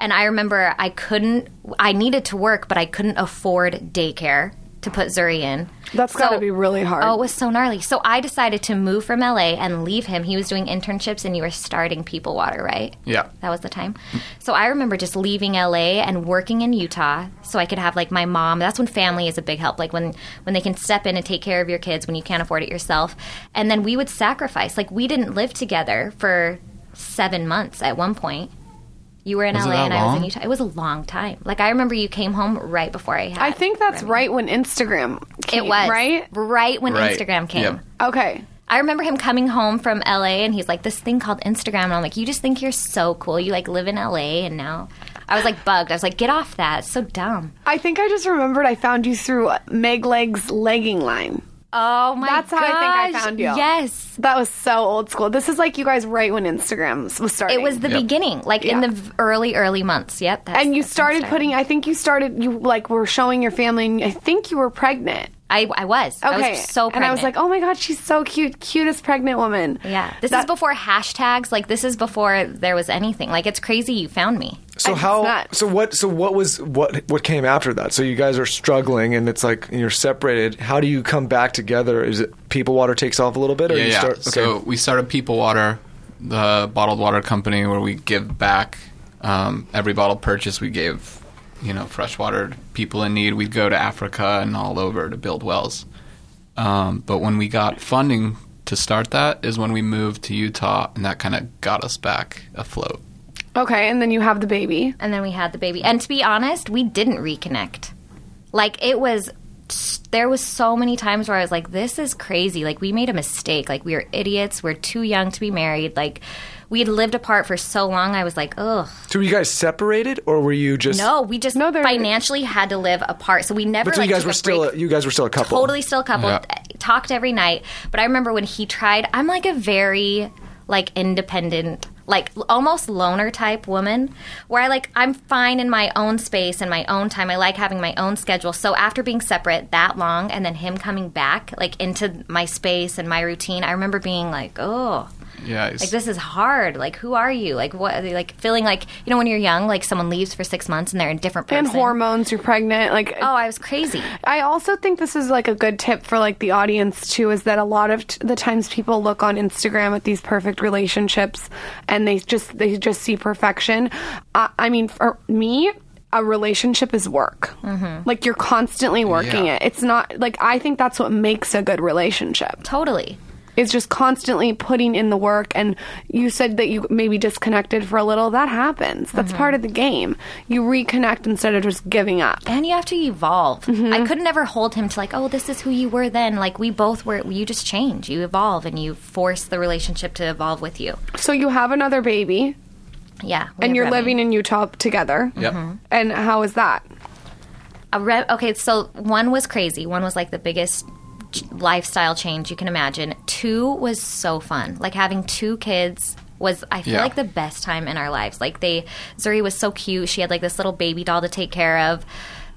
S7: And I remember I couldn't, I needed to work, but I couldn't afford daycare to put Zuri in.
S6: That's gotta be really hard.
S7: Oh, it was so gnarly. So I decided to move from LA and leave him. He was doing internships and you were starting People Water, right?
S2: Yeah.
S7: That was the time. So I remember just leaving LA and working in Utah so I could have like my mom. That's when family is a big help. Like when when they can step in and take care of your kids when you can't afford it yourself. And then we would sacrifice. Like we didn't live together for 7 months at one point. You were in
S2: Was it
S7: LA
S2: that
S7: and I was in
S2: long?
S7: Utah. It was a long time. Like I remember you came home right before I had
S6: I think that's
S7: Remy.
S6: right when Instagram. Came,
S7: It was
S6: right.
S7: right when
S2: Right.
S7: Instagram came.
S2: Yep.
S6: Okay.
S7: I remember him coming home from LA and he's like, this thing called Instagram. And I'm like, you just think you're so cool. You like live in LA and now. I was like bugged. I was like, get off that. It's so dumb.
S6: I think I just remembered. I found you through Meg Leg's legging line.
S7: Oh my
S6: That's how I think I
S7: gosh.
S6: found you.
S7: Yes.
S6: That was so old school. This is like you guys right when Instagram was starting.
S7: It was the
S2: Yep.
S7: beginning, like in
S6: Yeah.
S7: the v- early, early months. Yep. that's-
S6: and you
S7: that's when I
S6: started putting. I think you started. You like were showing your family, and I think you were pregnant.
S7: I, I was. I was so
S6: And
S7: pregnant.
S6: I was like, oh my god, she's so cute, cutest pregnant woman.
S7: yeah. This is
S6: That-
S7: before hashtags. Like, this is before there was anything. Like, it's crazy you found me.
S4: So
S6: It's
S4: how?
S6: nuts.
S4: So what? So what was what? What came after that? So you guys are struggling, and it's like you're separated. How do you come back together? Is it people water takes off a little bit, or
S2: yeah,
S4: you
S2: yeah.
S4: start? Okay.
S2: So we started People Water, the bottled water company, where we give back um, every bottle purchase we gave, you know, fresh water to people in need. We'd go to Africa and all over to build wells. Um, but when we got funding to start that, is when we moved to Utah, and that kind of got us back afloat.
S6: Okay, and then you have the baby.
S7: and then we had the baby. And to be honest, we didn't reconnect. Like it was s- there was so many times where I was like, this is crazy. Like we made a mistake. Like we are idiots. We're too young to be married. Like we had lived apart for so long. I was like, ugh.
S4: So were you guys separated, or were you just
S7: No, we just
S6: No, they're-
S7: financially had to live apart. So we never.
S4: But so
S7: like,
S4: you guys
S7: took
S4: were
S7: a
S4: still
S7: break.
S4: a, you guys were still a couple.
S7: totally still a couple.
S2: Yeah.
S7: th- Talked every night. But I remember when he tried. I'm like a very like independent, like l- almost loner type woman, where I like I'm fine in my own space and my own time. I like having my own schedule. So after being separate that long, and then him coming back like into my space and my routine, I remember being like, oh.
S2: Yeah, it's-
S7: Like this is hard. Like who are you? Like what? Like feeling like you know when you're young, like someone leaves for six months and they're a different person.
S6: And hormones, you're pregnant. Like,
S7: Oh, I was crazy.
S6: I also think this is like a good tip for like the audience too is that a lot of t- the times people look on Instagram at these perfect relationships and they just they just see perfection. I, I mean for me a relationship is work.
S7: Mm-hmm.
S6: Like you're constantly working
S2: Yeah.
S6: it. It's not like I think that's what makes a good relationship.
S7: Totally.
S6: It's just constantly putting in the work and you said that you maybe disconnected for a little. That happens. That's
S7: Mm-hmm.
S6: part of the game. You reconnect instead of just giving up.
S7: and you have to evolve.
S6: Mm-hmm.
S7: I could never hold him to like, oh, this is who you were then. Like we both were. You just change. You evolve, and you force the relationship to evolve with you.
S6: So you have another baby.
S7: Yeah.
S6: And
S7: we have
S6: you're
S7: Remy.
S6: living in Utah together.
S2: Yep.
S7: Mm-hmm.
S6: And how is that?
S7: A re- okay, so one was crazy. One was like the biggest ch- lifestyle change you can imagine. Two was so fun. Like having two kids was I feel
S2: Yeah.
S7: like the best time in our lives. Like they Zuri was so cute. She had like this little baby doll to take care of.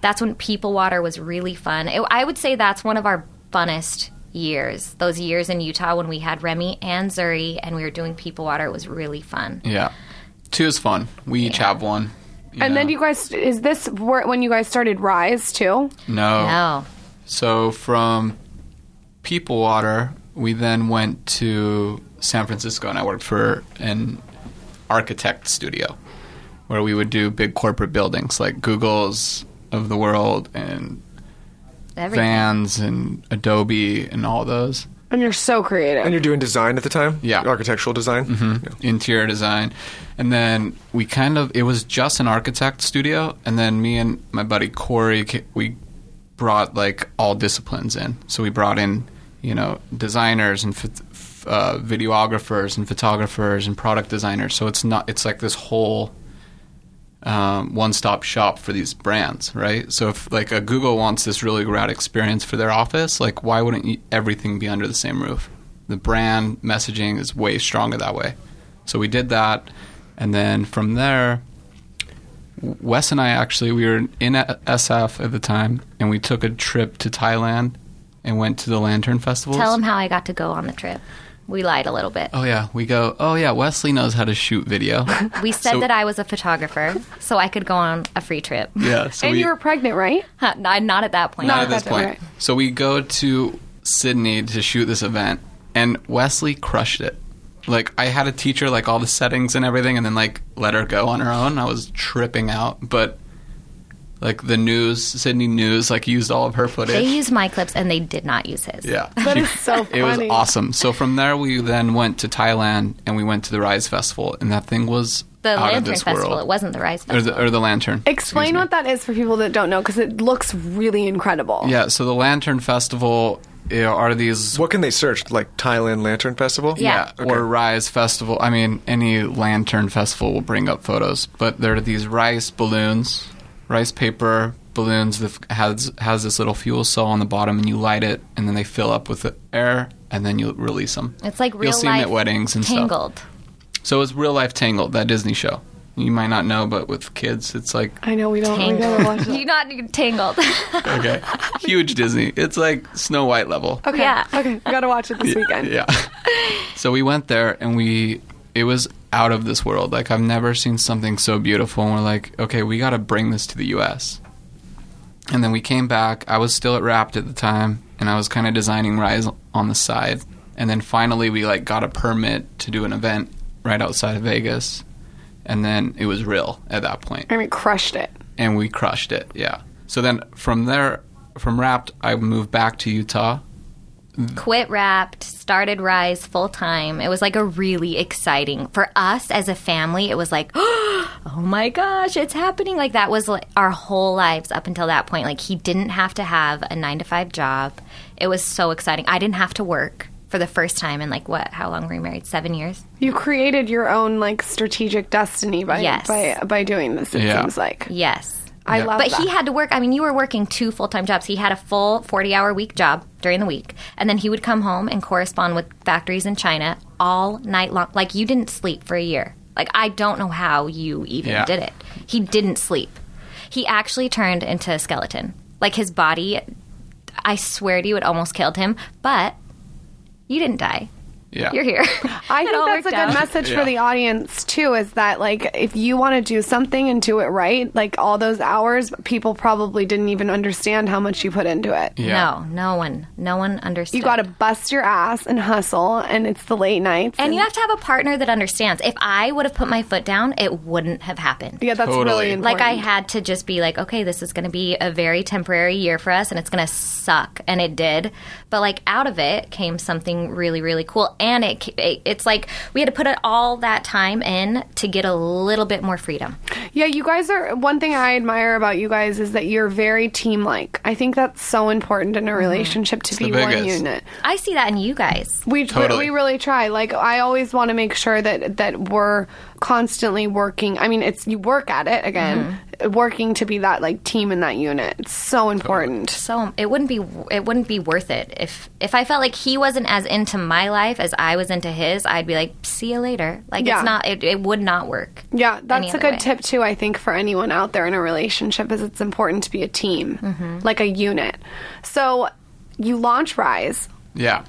S7: That's when people water was really fun. It, I would say that's one of our funnest years. Those years in Utah when we had Remy and Zuri and we were doing people water it was really fun.
S2: Yeah. Two is fun. We each have one.
S6: And then you guys, is this where, when you guys started Rise too?
S2: No.
S7: Oh.
S2: So from People Water, we then went to San Francisco, and I worked for an architect studio where we would do big corporate buildings like Google's of the world and
S7: Everything.
S2: Vans and Adobe and all those.
S6: And you're so
S4: And
S6: creative.
S4: you're doing design at the time.
S2: Yeah. Mm-hmm.
S4: architectural design. Yeah.
S2: interior design. And then we kind of, it was just an architect studio. And then me and my buddy Corey, ca- we brought like all disciplines in. So we brought in, you know, designers and phot- f- uh, videographers and photographers and product designers. So it's not, it's like this whole um, one stop shop for these brands, right? So if like a Google wants this really rad experience for their office, like why wouldn't y- everything be under the same roof? The brand messaging is way stronger that way. So we did that, and then from there, Wes and I actually we were in a- SF at the time, and we took a trip to Thailand and went to the Lantern Festivals.
S7: Tell him how I got to go on the trip. We lied a little bit.
S2: Oh yeah, we go. Oh yeah, Wesley knows how to shoot video.
S7: We said
S2: So-
S7: that I was a photographer, so I could go on a free trip.
S2: yeah, so
S6: And
S2: we,
S6: you were pregnant, right?
S7: Huh, not not at that point.
S2: not
S6: Not
S2: at this
S6: that
S2: point.
S6: right.
S2: So we go to Sydney to shoot this event, and Wesley crushed it. Like I had a teacher, like all the settings and everything, and then like let her go on her own. I was tripping out, but like the news, Sydney news, like used all of her footage.
S7: They used my clips and they did not use his.
S2: yeah,
S6: That is so
S2: it was
S6: funny.
S2: awesome. So from there, we then went to Thailand and we went to the Rise Festival, and that thing was
S7: The
S2: out of
S7: Lantern
S2: this
S7: Festival.
S2: world.
S7: It wasn't the Rise
S2: or
S7: Festival.
S2: the, or the Lantern.
S6: Explain
S2: Excuse me.
S6: what that is for people that don't know because it looks really incredible.
S2: Yeah, so the Lantern Festival you know, are these
S4: What can they search? Like Thailand Lantern Festival.
S7: Yeah.
S2: Yeah, or Rise Festival. I mean, any lantern festival will bring up photos. But there are these rice balloons, rice paper balloons that f- has has this little fuel cell on the bottom, and you light it, and then they fill up with the air, and then you release them.
S7: it's like real
S2: You'll see
S7: life
S2: them at weddings and stuff.
S7: tangled.
S2: So it's real life Tangled, that Disney show. You might not know, but with kids, it's like
S6: I know we don't really
S7: Tangled.
S6: gotta watch
S7: you
S6: it.
S7: not tangled.
S2: okay, huge Disney. It's like Snow White level.
S6: Okay.
S7: Yeah.
S6: Okay. We gotta watch it this weekend.
S2: Yeah. so we went there and we it was out of this world. Like I've never seen something so beautiful and we're like, okay, we got to bring this to the US. And then we came back. I was still at Rapt at the time and I was kind of designing Rise on the side. And then finally we like got a permit to do an event right outside of Vegas. And then it was real at that point
S6: I mean, crushed it.
S2: and we crushed it. Yeah. So then from there, from Rapt, I moved back to Utah
S7: quit Wrapped, started Rise full time. It was like a really exciting for us as a family. It was like, oh my gosh, it's happening! Like that was like our whole lives up until that point. Like he didn't have to have a nine to five job. It was so exciting. I didn't have to work for the first time in like what? How long were we married? Seven years.
S6: You created your own like strategic destiny by
S7: Yes.
S6: by by doing this. It
S2: Yeah.
S6: seems like
S7: Yes.
S6: I love.
S7: But
S6: that.
S7: he had to work. I mean, you were working two full time jobs. He had a full 40 hour week job during the week. And then he would come home and correspond with factories in China all night long. Like, you didn't sleep for a year. Like, I don't know how you even
S2: Yeah.
S7: did it. He didn't sleep. He actually turned into a skeleton. Like, his body, I swear to you, it almost killed him. But you didn't die.
S2: Yeah.
S7: You're here.
S6: I
S7: It
S6: think
S7: all
S6: that's a
S7: worked
S6: good
S7: out.
S6: message for
S2: Yeah.
S6: the audience too. Is that like if you want to do something and do it right, like all those hours, people probably didn't even understand how much you put into it.
S2: Yeah.
S7: No, no one. No one understood.
S6: You got to bust your ass and hustle, and it's the late nights.
S7: And you have to have a partner that understands. If I would have put my foot down, it wouldn't have happened.
S6: yeah, that's
S2: Totally.
S6: really important.
S7: Like I had to just be like, okay, this is going to be a very temporary year for us, and it's going to suck, and it did. But like out of it came something really, really cool, and it, ca- it it's like we had to put it- all that time in to get a little bit more freedom.
S6: Yeah, you guys are. One thing I admire about you guys is that you're very team like. I think that's so important in a relationship to be
S2: the
S6: one
S2: biggest.
S6: unit.
S7: I see that in you guys.
S6: We,
S2: Totally.
S6: we really try. Like I always want to make sure that that we're constantly working. I mean, it's you work at it again, working to be that like team in that unit. It's so important.
S7: So um, it wouldn't be it wouldn't be worth it if if I felt like he wasn't as into my life as I was into his. I'd be like, see you later. Like
S6: Yeah.
S7: it's not it, it would not work.
S6: Yeah,
S7: Any
S6: that's a
S7: other
S6: good
S7: way.
S6: tip too. I think for anyone out there in a relationship is it's important to be a team,
S7: Mm-hmm.
S6: like a unit. So you launch Rise,
S2: Yeah.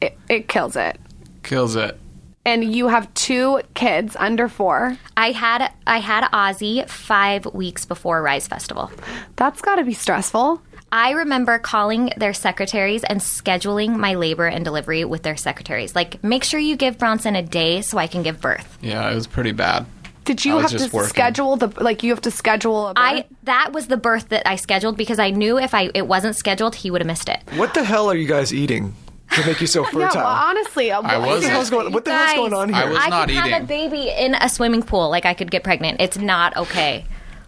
S6: it, it kills it.
S2: Kills it.
S6: and you have two kids under four.
S7: I had I had Ozzy five weeks before Rise Festival.
S6: That's got to be stressful.
S7: I remember calling their secretaries and scheduling my labor and delivery with their secretaries. Like, make sure you give Bronson a day so I can give birth.
S2: Yeah, it was pretty bad.
S6: Did
S2: I
S6: you have
S2: was
S6: to
S2: just working.
S6: schedule the like? You have to schedule. A birth?
S7: I that was the birth that I scheduled because I knew if I it wasn't scheduled, he would have missed it.
S4: What the hell are you guys eating to make you so
S6: yeah.
S4: fertile?
S6: Well, honestly, uh, I
S4: what the
S2: wasn't.
S4: hell's going? What the hell's
S7: Guys,
S4: going on
S2: I
S4: here?
S2: was
S7: I
S2: not
S7: could have
S2: eating.
S7: a baby in a swimming pool. Like I could get pregnant. It's not okay.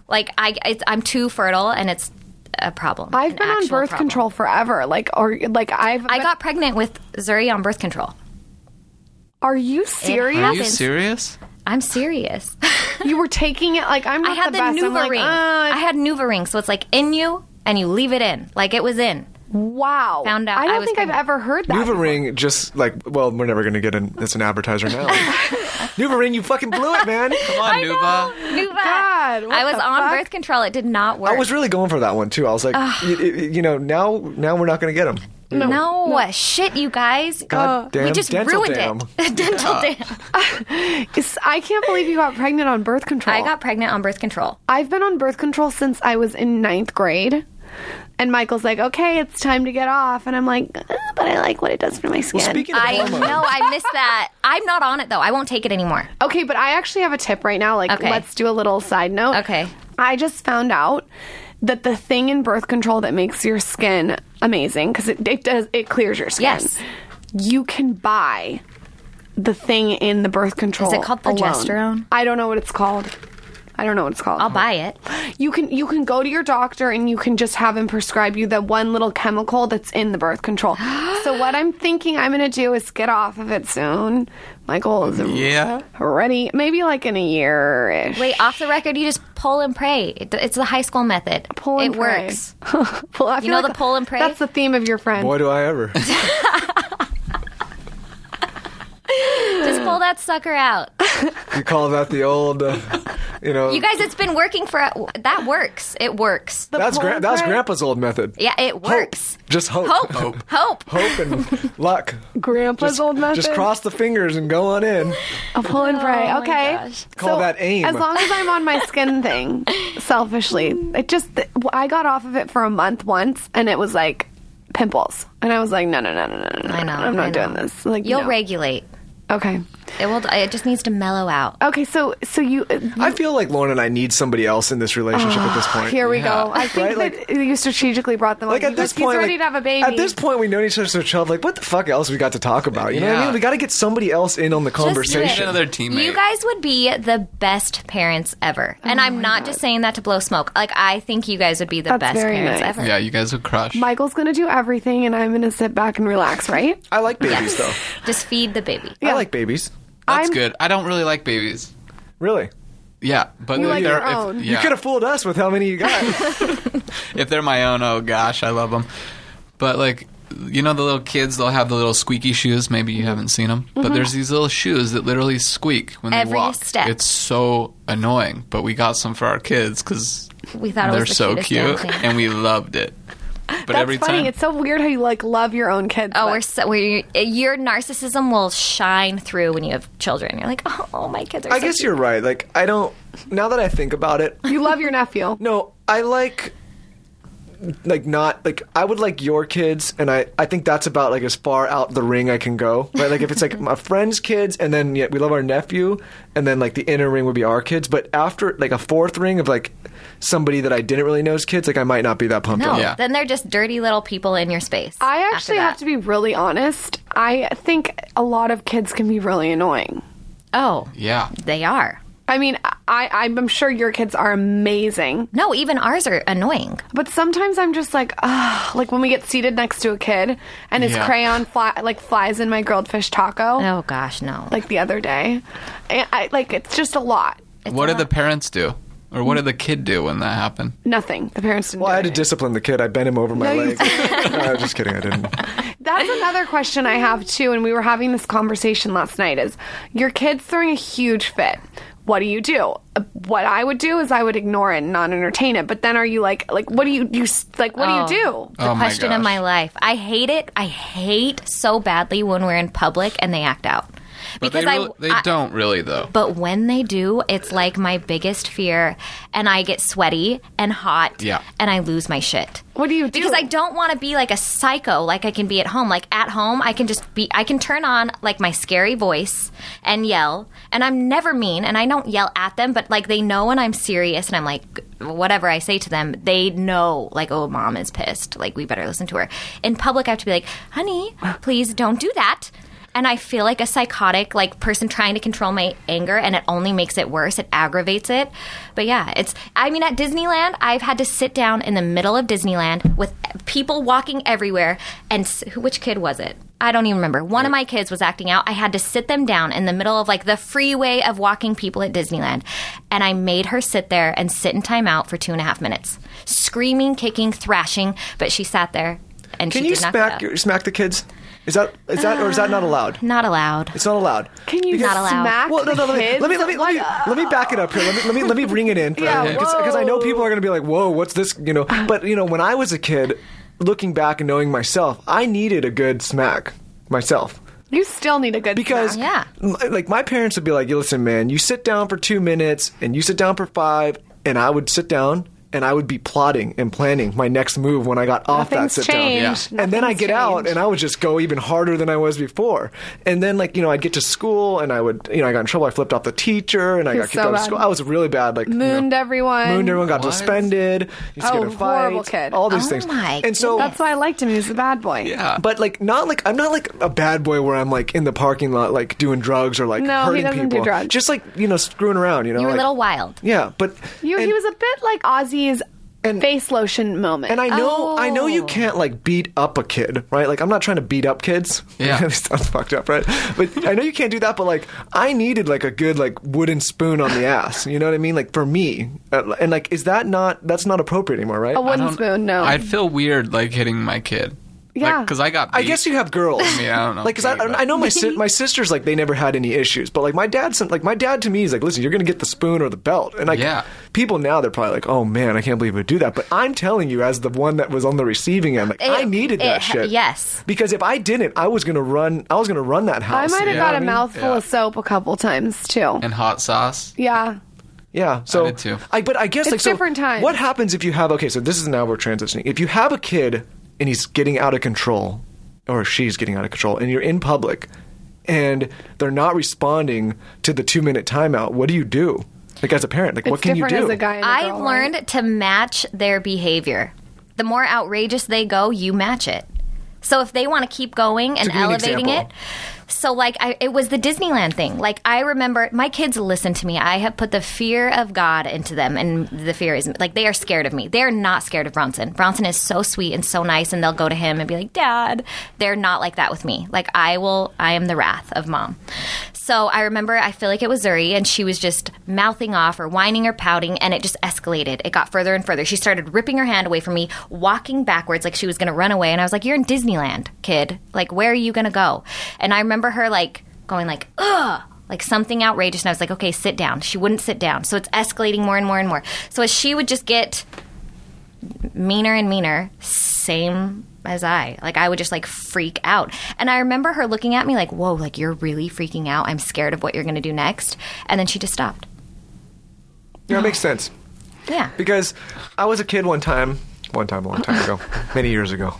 S7: Like I, it's, I'm too fertile, and it's a problem.
S6: I've
S7: an
S6: been on
S7: actual
S6: birth
S7: problem.
S6: control forever. Like, or like I've.
S7: I got pregnant with Zuri on birth control.
S6: Are you
S2: Are
S6: serious?
S2: you
S7: happens.
S2: serious?
S7: I'm serious.
S6: You were taking it like I'm. Not
S7: I had the,
S6: best.
S7: Nuva
S6: I'm like,
S7: ring.
S6: uh,
S7: I had Nuva ring, so it's like in you and you leave it in, like it was in.
S6: wow.
S7: found out
S6: I don't
S7: I was
S6: think I've
S7: pregnant.
S6: ever heard that.
S4: Nuva Ring just like well, we're never gonna get an as an advertiser now. Nuva Ring, you fucking blew it, man.
S2: Come on, Nuva.
S7: Nuva.
S6: God, what
S7: I was
S6: the
S7: on
S6: fuck?
S7: birth control. It did not work.
S4: I was really going for that one too. I was like, y- y- you know, now now we're not gonna get them.
S7: no. shit, you guys.
S6: Uh,
S4: God damn
S7: we just
S4: dental
S7: ruined
S4: dam.
S7: it. dental dam.
S6: It's- I can't believe you got pregnant on birth control.
S7: I got pregnant on birth control.
S6: I've been on birth control since I was in ninth grade. And Michael's like, okay, it's time to get off. And I'm like, "Uh, but I like what it does for my skin.
S4: Well, speaking of
S7: I
S4: hormones,
S7: know I missed that. I'm not on it though. I won't take it anymore.
S6: okay, but I actually have a tip right now. Like,
S7: Okay.
S6: let's do a little side note.
S7: Okay.
S6: I just found out that the thing in birth control that makes your skin amazing, because it, it does, it clears your skin.
S7: Yes.
S6: You can buy the thing in the birth control.
S7: Is it called
S6: alone.
S7: progesterone?
S6: I don't know what it's called. I don't know what it's called.
S7: I'll buy it.
S6: you can you can go to your doctor and you can just have him prescribe you the one little chemical that's in the birth control. so what I'm thinking I'm gonna do is get off of it soon. Michael is
S2: Yeah.
S6: ready, maybe like in a year ish.
S7: Wait, off the record, you just pull and pray. It- It's the high school method.
S6: Pull and
S7: it
S6: pray.
S7: works.
S6: Well, I
S7: You
S6: feel
S7: know
S6: like
S7: the pull and pray?
S6: That's the theme of your friend.
S4: boy, do I ever.
S7: Just pull that sucker out.
S4: You call that the old, uh, you know?
S7: You guys, it's been working for that works. It works.
S4: that's
S6: pull
S4: gra-
S6: and
S4: that's
S6: pray?
S4: Grandpa's old method.
S7: Yeah, it works.
S4: Hope. Just hope.
S7: Hope,
S4: hope,
S7: hope, hope.
S4: hope, and luck.
S6: Grandpa's
S4: Just,
S6: old method.
S4: just cross the fingers and go on in.
S6: a pull and pray.
S7: Oh my
S6: okay,
S7: gosh.
S4: Call
S6: So,
S4: that aim.
S6: As long as I'm on my skin thing, selfishly, it just I got off of it for a month once, and it was like pimples, and I was like, no, no, no, no, no, no,
S7: I know.
S6: I'm not
S7: I know.
S6: doing this. Like
S7: you'll
S6: no.
S7: regulate.
S6: Okay.
S7: It will. It just needs to mellow out.
S6: Okay, so so you. uh,
S4: I feel like Lauren and I need somebody else in this relationship at this point.
S6: Here we
S2: Yeah.
S6: go. I think
S4: Right,
S6: that you strategically brought them.
S4: Like
S6: up
S4: at this
S6: because
S4: point,
S6: he's ready
S4: like,
S6: to have a baby.
S4: At this point, we know each other so child. Like, what the fuck else we got to talk about? You know what I
S2: Yeah.
S4: mean? We got to get somebody else in on the conversation.
S2: Just another teammate.
S7: You guys would be the best parents ever, and I'm not just saying that to blow smoke. Like I think you guys would be the
S6: Oh That's
S7: best
S6: very
S7: parents
S6: nice.
S7: ever.
S2: Yeah, you guys would crush.
S6: Michael's gonna do everything, and I'm gonna sit back and relax. Right?
S4: I like babies though.
S7: Just feed the baby.
S4: I like babies.
S2: That's
S6: I'm-
S2: good. I don't really like babies.
S4: Really?
S2: Yeah, but
S6: You
S2: if
S6: like
S2: they're
S6: your
S2: if,
S6: own. You
S2: yeah.
S4: You could have fooled us with how many you got.
S2: if they're my own, oh gosh, I love them. But like, you know, the little kids, they'll have the little squeaky shoes. Maybe
S6: Mm-hmm.
S2: you haven't seen them, but there's these little shoes that literally squeak when
S7: Every
S2: they walk.
S7: step.
S2: It's so annoying. But we got some for our kids because
S7: We thought it
S2: they're
S7: was the
S2: so
S7: cutest
S2: cute,
S7: damn thing.
S2: and we loved it. But
S6: That's
S2: every
S6: funny.
S2: time,
S6: It's so weird how you like love your own kids.
S7: Oh,
S6: but-
S7: we're so, we're, your narcissism will shine through when you have children. You're like, oh, my kids are.
S4: I
S7: so
S4: guess
S7: cute."
S4: you're right. Like, I don't. Now that I think about it,
S6: you love your nephew.
S4: No, I like like not like I would like your kids and I I think that's about like as far out the ring I can go. Right? Like if it's like my friend's kids and then yeah, we love our nephew and then like the inner ring would be our kids, but after like a fourth ring of like somebody that I didn't really know's kids, like I might not be that pumped
S7: No,
S4: up.
S2: Yeah.
S7: then they're just dirty little people in your space.
S6: I
S7: after
S6: actually
S7: that.
S6: have to be really honest. I think a lot of kids can be really annoying.
S7: Oh,
S2: yeah,
S7: they are.
S6: I mean, I, I'm sure your kids are amazing,
S7: No, even ours are annoying.
S6: but sometimes I'm just like, ugh, like when we get seated next to a kid and his
S2: Yeah.
S6: crayon fly, like flies in my grilled fish taco,
S7: Oh gosh, no.
S6: like the other day. And I, like it's just a lot.
S2: what
S7: not-
S2: do the parents do, or what did the kid do when that happened?
S6: Nothing. The parents didn't.
S4: Well,
S6: do
S4: I had to
S6: anything.
S4: discipline the kid. I bent him over my
S6: No, you
S4: leg. no, just kidding. I didn't.
S6: That's another question I have too, and we were having this conversation last night is your kid's throwing a huge fit. What do you do? Uh, What I would do is I would ignore it and not entertain it. But then are you like like what do you you s- like what do you
S7: Oh.
S6: do?
S7: the
S2: Oh
S4: Um,
S2: my
S7: question of
S2: gosh.
S7: my life. I hate it. I hate so badly when we're in public and they act out.
S2: But they,
S7: I-
S2: really, they
S7: I-
S2: don't really though.
S7: But when they do, it's like my biggest fear, and I get sweaty and hot,
S2: Yeah.
S7: and I lose my shit.
S6: What do you do?
S7: Because I don't want to be like a psycho, like I can be at home. Like at home, I can just be, I can turn on like my scary voice and yell, and I'm never mean, and I don't yell at them, but like they know when I'm serious, and I'm like, whatever I say to them, they know, like, oh, mom is pissed, like we better listen to her. In public, I have to be like, honey, please don't do that. And I feel like a psychotic, like person trying to control my anger, and it only makes it worse. It aggravates it. But yeah, it's. I mean, at Disneyland, I've had to sit down in the middle of Disneyland with people walking everywhere. And s- who- which kid was it? I don't even remember. One of my kids was acting out. I had to sit them down in the middle of like the freeway of walking people at Disneyland, and I made her sit there and sit in timeout for two and a half minutes, screaming, kicking, thrashing. But she sat there, and
S4: Can
S7: she
S4: you
S7: did not. Uh, get
S4: smack
S7: up.
S4: your, smack the kids? Is that is that or is that not allowed?
S7: Not allowed.
S4: It's not allowed.
S6: Can you
S7: Not allowed.
S6: smack
S4: Well, no, no,
S6: the
S4: let me,
S6: kids?
S4: let me let me let me,
S6: Like,
S4: let me back it up here. Let me let me let me bring it in for
S6: Yeah,
S4: yeah, because I know people are going to be like, "Whoa, what's this?" You know, but you know, when I was a kid, looking back and knowing myself, I needed a good smack myself
S6: You still need a good
S4: because
S6: snack.
S7: Yeah.
S4: m- like my parents would be like, "Listen, man, you sit down for two minutes and you sit down for five, and I would sit down. And I would be plotting and planning my next move when I got off
S6: Nothing's
S4: that sit down
S6: changed.
S2: Yeah.
S4: and then I
S6: Nothing's
S4: get out
S6: changed.
S4: and I would just go even harder than I was before. And then like, you know, I'd get to school and I would you know, I got in trouble, I flipped off the teacher and I
S6: You're
S4: got kicked
S6: so
S4: out of
S6: bad.
S4: school. I was really bad, like you know,
S6: Mooned everyone.
S4: Mooned everyone got
S2: What?
S4: suspended. Used to
S6: Oh,
S4: get in fights,
S6: horrible kid.
S4: All these
S7: Oh
S4: things.
S7: my
S4: and so
S6: That's why I liked him. He was a bad boy.
S2: Yeah,
S4: but like not like I'm not like a bad boy where I'm like in the parking lot like doing drugs or like
S6: No, he
S4: hurting
S6: doesn't do
S4: people.
S6: drugs.
S4: Just like, you know, screwing around, you know.
S7: You were a
S4: like-
S7: little wild.
S4: Yeah, but
S6: You,
S4: and-
S6: he was a bit like Ozzy's
S4: And-
S6: face lotion moment.
S4: And I know, I know you
S7: Oh.
S4: can't like beat up a kid, right? Like I'm not trying to beat up kids.
S2: Yeah.
S4: that sounds fucked up, right? But I know you can't do that. But like, I needed like a good like wooden spoon on the ass. You know what I mean? Like for me, Uh, and like, is that not that's not appropriate anymore, right?
S6: a
S2: I
S6: wooden
S2: don't-
S6: spoon. No,
S2: I'd feel weird like hitting my kid.
S6: Yeah.
S2: because I got. Beat.
S4: I guess you have girls.
S2: Yeah, I don't know.
S4: Like, 'cause I,
S2: Maybe, but-
S4: I know my si- my sisters like they never had any issues, but like my dad, some, like my dad to me is like, listen, you're gonna get the spoon or the belt, and like
S2: Yeah.
S4: people now they're probably like, oh man, I can't believe we do that, but I'm telling you, as the one that was on the receiving end, like
S7: It-
S4: I needed that
S7: it-
S4: shit,
S7: yes.
S4: because if I didn't, I was gonna run, I was gonna run that
S6: I
S4: house.
S6: might have
S4: you know
S6: got
S4: what
S6: a
S4: I mean?
S6: mouthful
S2: Yeah.
S6: of soap a couple times too.
S2: and hot sauce.
S6: yeah.
S4: Yeah, so
S2: did too.
S4: I- but I guess
S6: It's
S4: like so
S6: different times.
S4: What happens if you have okay? So this is now we're transitioning. If you have a kid and he's getting out of control, or she's getting out of control, and you're in public, and they're not responding to the two minute timeout, what do you do? Like as a parent, like
S6: It's
S4: what can you
S6: different
S4: do?
S6: as a guy. And a
S7: I
S6: girl, right?
S7: learned to match their behavior. The more outrageous they go, you match it. So if they want to keep going and
S4: give me an
S7: elevating it,
S4: example.
S7: so like I, it was the Disneyland thing. Like I remember, my kids listen to me. I have put the fear of God into them, and the fear is like they are scared of me. They are not scared of Bronson. Bronson is so sweet and so nice, and they'll go to him and be like, "Dad." They're not like that with me. Like I will, I am the wrath of mom. So I remember, I feel like it was Zuri, and she was just mouthing off or whining or pouting, and it just escalated. It got further and further. She started ripping her hand away from me, walking backwards like she was going to run away, and I was like, "You're in Disneyland, kid. Like, where are you going to go?" And I remember her like going like, "Ugh." Like something outrageous, and I was like, okay, sit down. She wouldn't sit down. So it's escalating more and more and more. So as she would just get meaner and meaner, same as I. Like I would just like freak out. And I remember her looking at me like, "Whoa, like you're really freaking out. I'm scared of what you're going to do next." And then she just stopped.
S4: yeah, it makes sense.
S7: Yeah.
S4: Because I was a kid one time, one time, a long time ago, many years ago,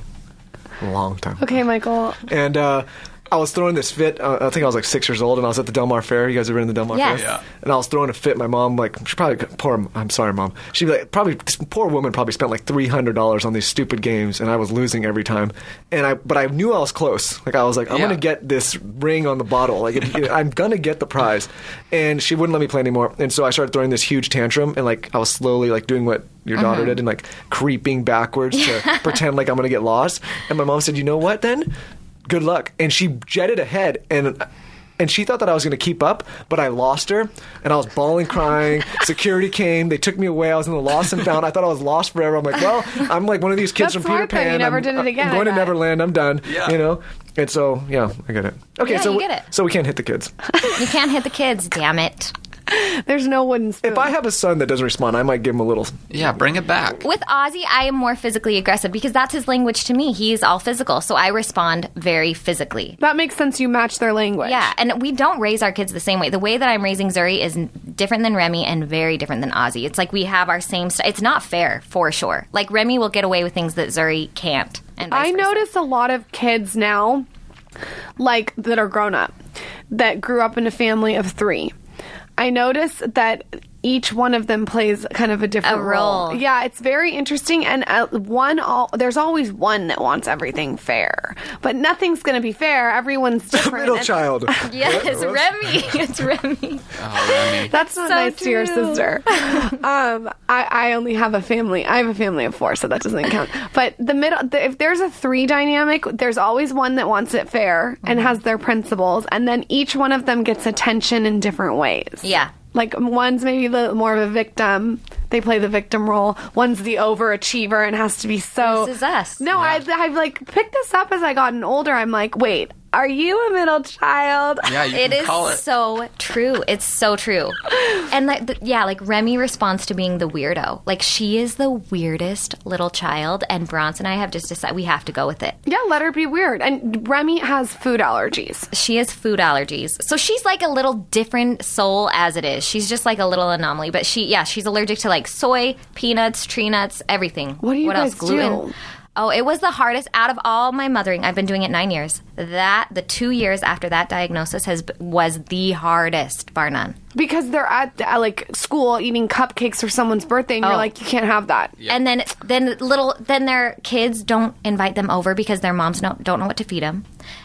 S4: a long time. ago.
S6: Okay, Michael.
S4: And uh, I was throwing this fit. Uh, I think I was like six years old, and I was at the Del Mar Fair. You guys ever been to the Del Mar
S7: Yes.
S4: Fair?
S7: Yeah.
S4: And I was throwing a fit. My mom, like, she probably poor. I'm sorry, mom. She like probably this poor woman probably spent like three hundred dollars on these stupid games, and I was losing every time. And I, but I knew I was close. Like I was like, I'm
S2: Yeah.
S4: gonna get this ring on the bottle. Like if, I'm gonna get the prize. And she wouldn't let me play anymore. And so I started throwing this huge tantrum, and like I was slowly like doing what your daughter did, and like creeping backwards to pretend like I'm gonna get lost. And my mom said, you know what then? good luck. And she jetted ahead and and she thought that I was going to keep up, but I lost her, and I was bawling, crying. Security came, they took me away. I was in the lost and found. I thought I was lost forever. I'm like, well, I'm like one of these kids
S6: That's
S4: from Peter
S6: smart, though. You
S4: Pan.
S6: never
S4: I'm,
S6: did it
S4: I'm
S6: again, I
S4: going to
S6: bet.
S4: Neverland. I'm done.
S2: Yeah.
S4: You know. And so, yeah, I get it. Okay,
S7: Yeah,
S4: so
S7: you
S4: we-
S7: get it.
S4: so we can't hit the kids.
S7: You can't hit the kids, damn it.
S6: There's no wooden spoon.
S4: If I have a son that doesn't respond, I might give him a little.
S2: Yeah, bring it back.
S7: With Ozzy, I am more physically aggressive because that's his language to me. He is all physical, so I respond very physically.
S6: that makes sense. You match their language.
S7: Yeah, and we don't raise our kids the same way. The way that I'm raising Zuri is n- different than Remy and very different than Ozzy. It's like we have our same. St- it's not fair for sure. Like Remy will get away with things that Zuri can't. And vice
S6: I
S7: versa.
S6: notice a lot of kids now, like that are grown up, that grew up in a family of three. I notice that each one of them plays kind of a different
S7: A role.
S6: Yeah, it's very interesting. And uh, one, all, there's always one that wants everything fair, but nothing's going to be fair. Everyone's different.
S4: Middle
S6: And
S4: child.
S7: Yes, Remy. It's Remy.
S6: That's not
S7: So
S6: nice to your
S7: true.
S6: sister. um, I, I only have a family. I have a family of four, so that doesn't count. But the middle, the, if there's a three dynamic, there's always one that wants it fair and
S7: Mm-hmm.
S6: has their principles, and then each one of them gets attention in different ways.
S7: Yeah.
S6: Like one's maybe the more of a victim. They play the victim role. One's the overachiever and has to be so.
S7: This is us.
S6: No, I, I've like picked this up as I gotten older. I'm like, wait, are you a middle child?
S2: Yeah, you
S7: It
S2: can
S7: is
S2: call it.
S7: so true. It's so true. And like, the, yeah, like Remy responds to being the weirdo. Like she is the weirdest little child, and Bronson and I have just decided we have to go with it.
S6: Yeah, let her be weird. And Remy has food allergies.
S7: She has food allergies, so she's like a little different soul as it is. She's just like a little anomaly. But she, yeah, she's allergic to like soy, peanuts, tree nuts, everything.
S6: What do you
S7: else?
S6: guys
S7: Gluten.
S6: do?
S7: Oh, it was the hardest out of all my mothering. I've been doing it nine years. That the two years after that diagnosis has was the hardest, bar none.
S6: Because they're at, at like school eating cupcakes for someone's birthday, and you're
S7: Oh.
S6: like, you can't have that.
S7: and then then little then their kids don't invite them over because their moms no, don't know what to feed them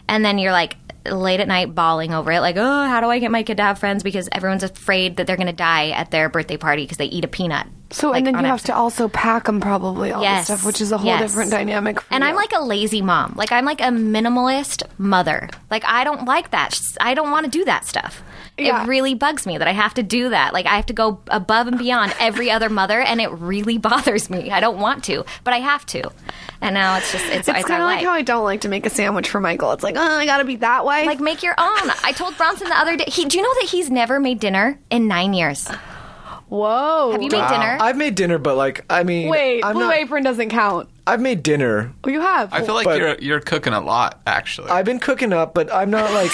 S7: and then you're like late at night bawling over it like oh how do i get my kid to have friends because everyone's afraid that they're going to die at their birthday party because they eat a peanut
S6: So and
S7: Like,
S6: then
S7: on
S6: you have
S7: accident.
S6: to also pack them probably all
S7: Yes.
S6: this stuff, which is a whole
S7: Yes.
S6: different dynamic. For
S7: and
S6: you.
S7: i'm like a lazy mom like i'm like a minimalist mother like i don't like that i don't want to do that stuff
S6: Yeah.
S7: it really bugs me that i have to do that like i have to go above and beyond every other mother and it really bothers me i don't want to but i have to and now it's just
S6: it's
S7: it's,
S6: kind
S7: our
S6: of like
S7: life.
S6: how I don't like to make a sandwich for Michael. It's like, oh, I gotta be that way.
S7: Like make your own. I told Bronson the other day. He, do you know that he's never made dinner in nine years?
S6: whoa.
S7: Have you made dinner?
S4: I've made dinner, but like, I mean,
S6: Wait,
S4: I'm
S6: Blue
S4: not-
S6: Apron doesn't count.
S4: I've made dinner.
S6: Oh, you have.
S2: I feel like
S4: But-
S2: you're you're cooking a lot, actually.
S4: I've been cooking up, but I'm not like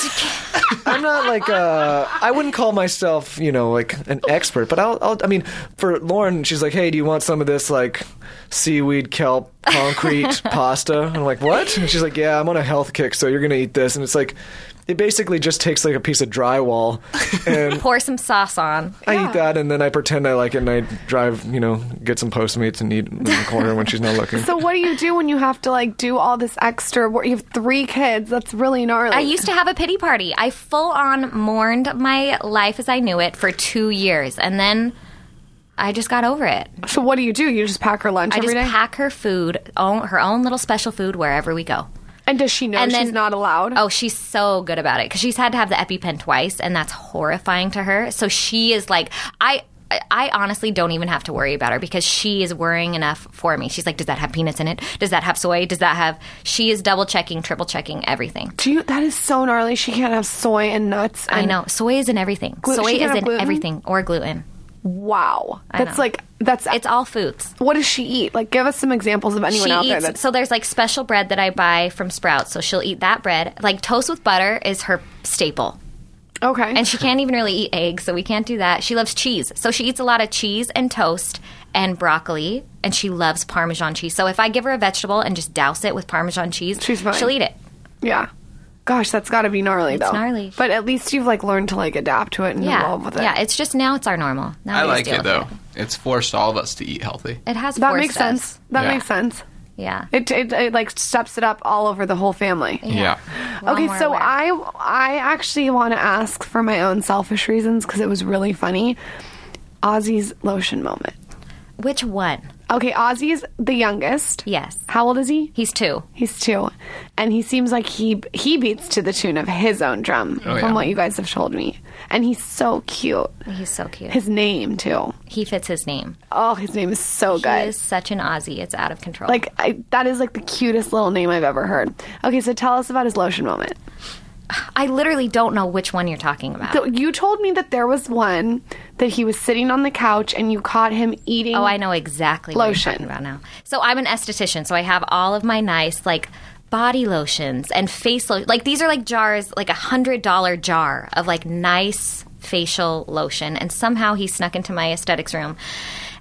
S4: I'm not like uh I wouldn't call myself, you know, like an expert, but I'll, I'll I mean, for Lauren, she's like, "Hey, do you want some of this like seaweed kelp concrete pasta?" I'm like, "What?" And she's like, "Yeah, I'm on a health kick, so you're going to eat this." And it's like it basically just takes like a piece of drywall and
S7: Pour some sauce on.
S4: I eat that and then I pretend I like it and I drive, you know, get some Postmates and eat in the corner when she's not looking.
S6: So what do you do when you have to like do all this extra work? You have three kids. That's really gnarly.
S7: I used to have a pity party. I full on mourned my life as I knew it for two years, and then I just got over it.
S6: so what do you do? You just pack her lunch
S7: I
S6: every
S7: just
S6: day,
S7: pack her food, own, her own little special food wherever we go.
S6: and does she know
S7: and
S6: she's
S7: then-
S6: not allowed?
S7: Oh, she's so good about it because she's had to have the EpiPen twice, and that's horrifying to her. So she is like, I. I- I honestly don't even have to worry about her because she is worrying enough for me. She's like, "Does that have peanuts in it? Does that have soy? Does that have?" She is double checking, triple checking everything.
S6: do you? That is so gnarly. She can't have soy and nuts. And,
S7: I know soy is in everything.
S6: Glu-
S7: soy
S6: she can
S7: is
S6: have
S7: in
S6: gluten?
S7: everything or gluten.
S6: Wow, that's
S7: know.
S6: like that's.
S7: It's all foods.
S6: what does she eat? Like, give us some examples of anyone
S7: she
S6: out there
S7: eats
S6: that's
S7: so there's like special bread that I buy from Sprouts, so she'll eat that bread. Like toast with butter is her staple.
S6: okay.
S7: And she can't even really eat eggs, so we can't do that. She loves cheese. So she eats a lot of cheese and toast and broccoli and she loves parmesan cheese. So if I give her a vegetable and just douse it with parmesan cheese,
S6: She's fine.
S7: she'll eat it.
S6: yeah. Gosh, that's got to be gnarly though.
S7: gnarly.
S6: But at least you've like learned to like adapt to it and
S7: Yeah.
S6: evolve with it.
S7: Yeah, it's just now it's our normal. Now
S2: I
S7: we just
S2: like
S7: deal
S2: it
S7: with
S2: though. It's forced all of us to eat healthy.
S7: It has
S6: that
S7: forced
S6: makes
S7: us.
S6: sense. That
S2: Yeah.
S6: makes sense.
S7: Yeah.
S6: It, it it like steps it up all over the whole family.
S2: Yeah.
S7: We're all
S6: okay
S7: more
S6: so
S7: aware.
S6: i i actually want to ask for my own selfish reasons because it was really funny ozzy's lotion moment
S7: Which one?
S6: okay ozzy's the youngest
S7: Yes.
S6: how old is he
S7: He's two.
S6: he's two and he seems like he he beats to the tune of his own drum from
S4: Oh,
S2: yeah.
S6: what you guys have told me and he's so cute
S7: He's so cute.
S6: his name too
S7: he fits his name.
S6: oh his name is so good
S7: He is such an Aussie. It's out of control.
S6: like I, that is like the cutest little name i've ever heard okay so tell us about his lotion moment
S7: I literally don't know which one you're talking about.
S6: So you told me that there was one that he was sitting on the couch and you caught him eating.
S7: oh, I know exactly what you're
S6: Lotion.
S7: talking about now. So I'm an esthetician, so I have all of my nice like body lotions and face lotion. Like these are like jars, like a hundred dollar jar of like nice facial lotion, and somehow he snuck into my aesthetics room.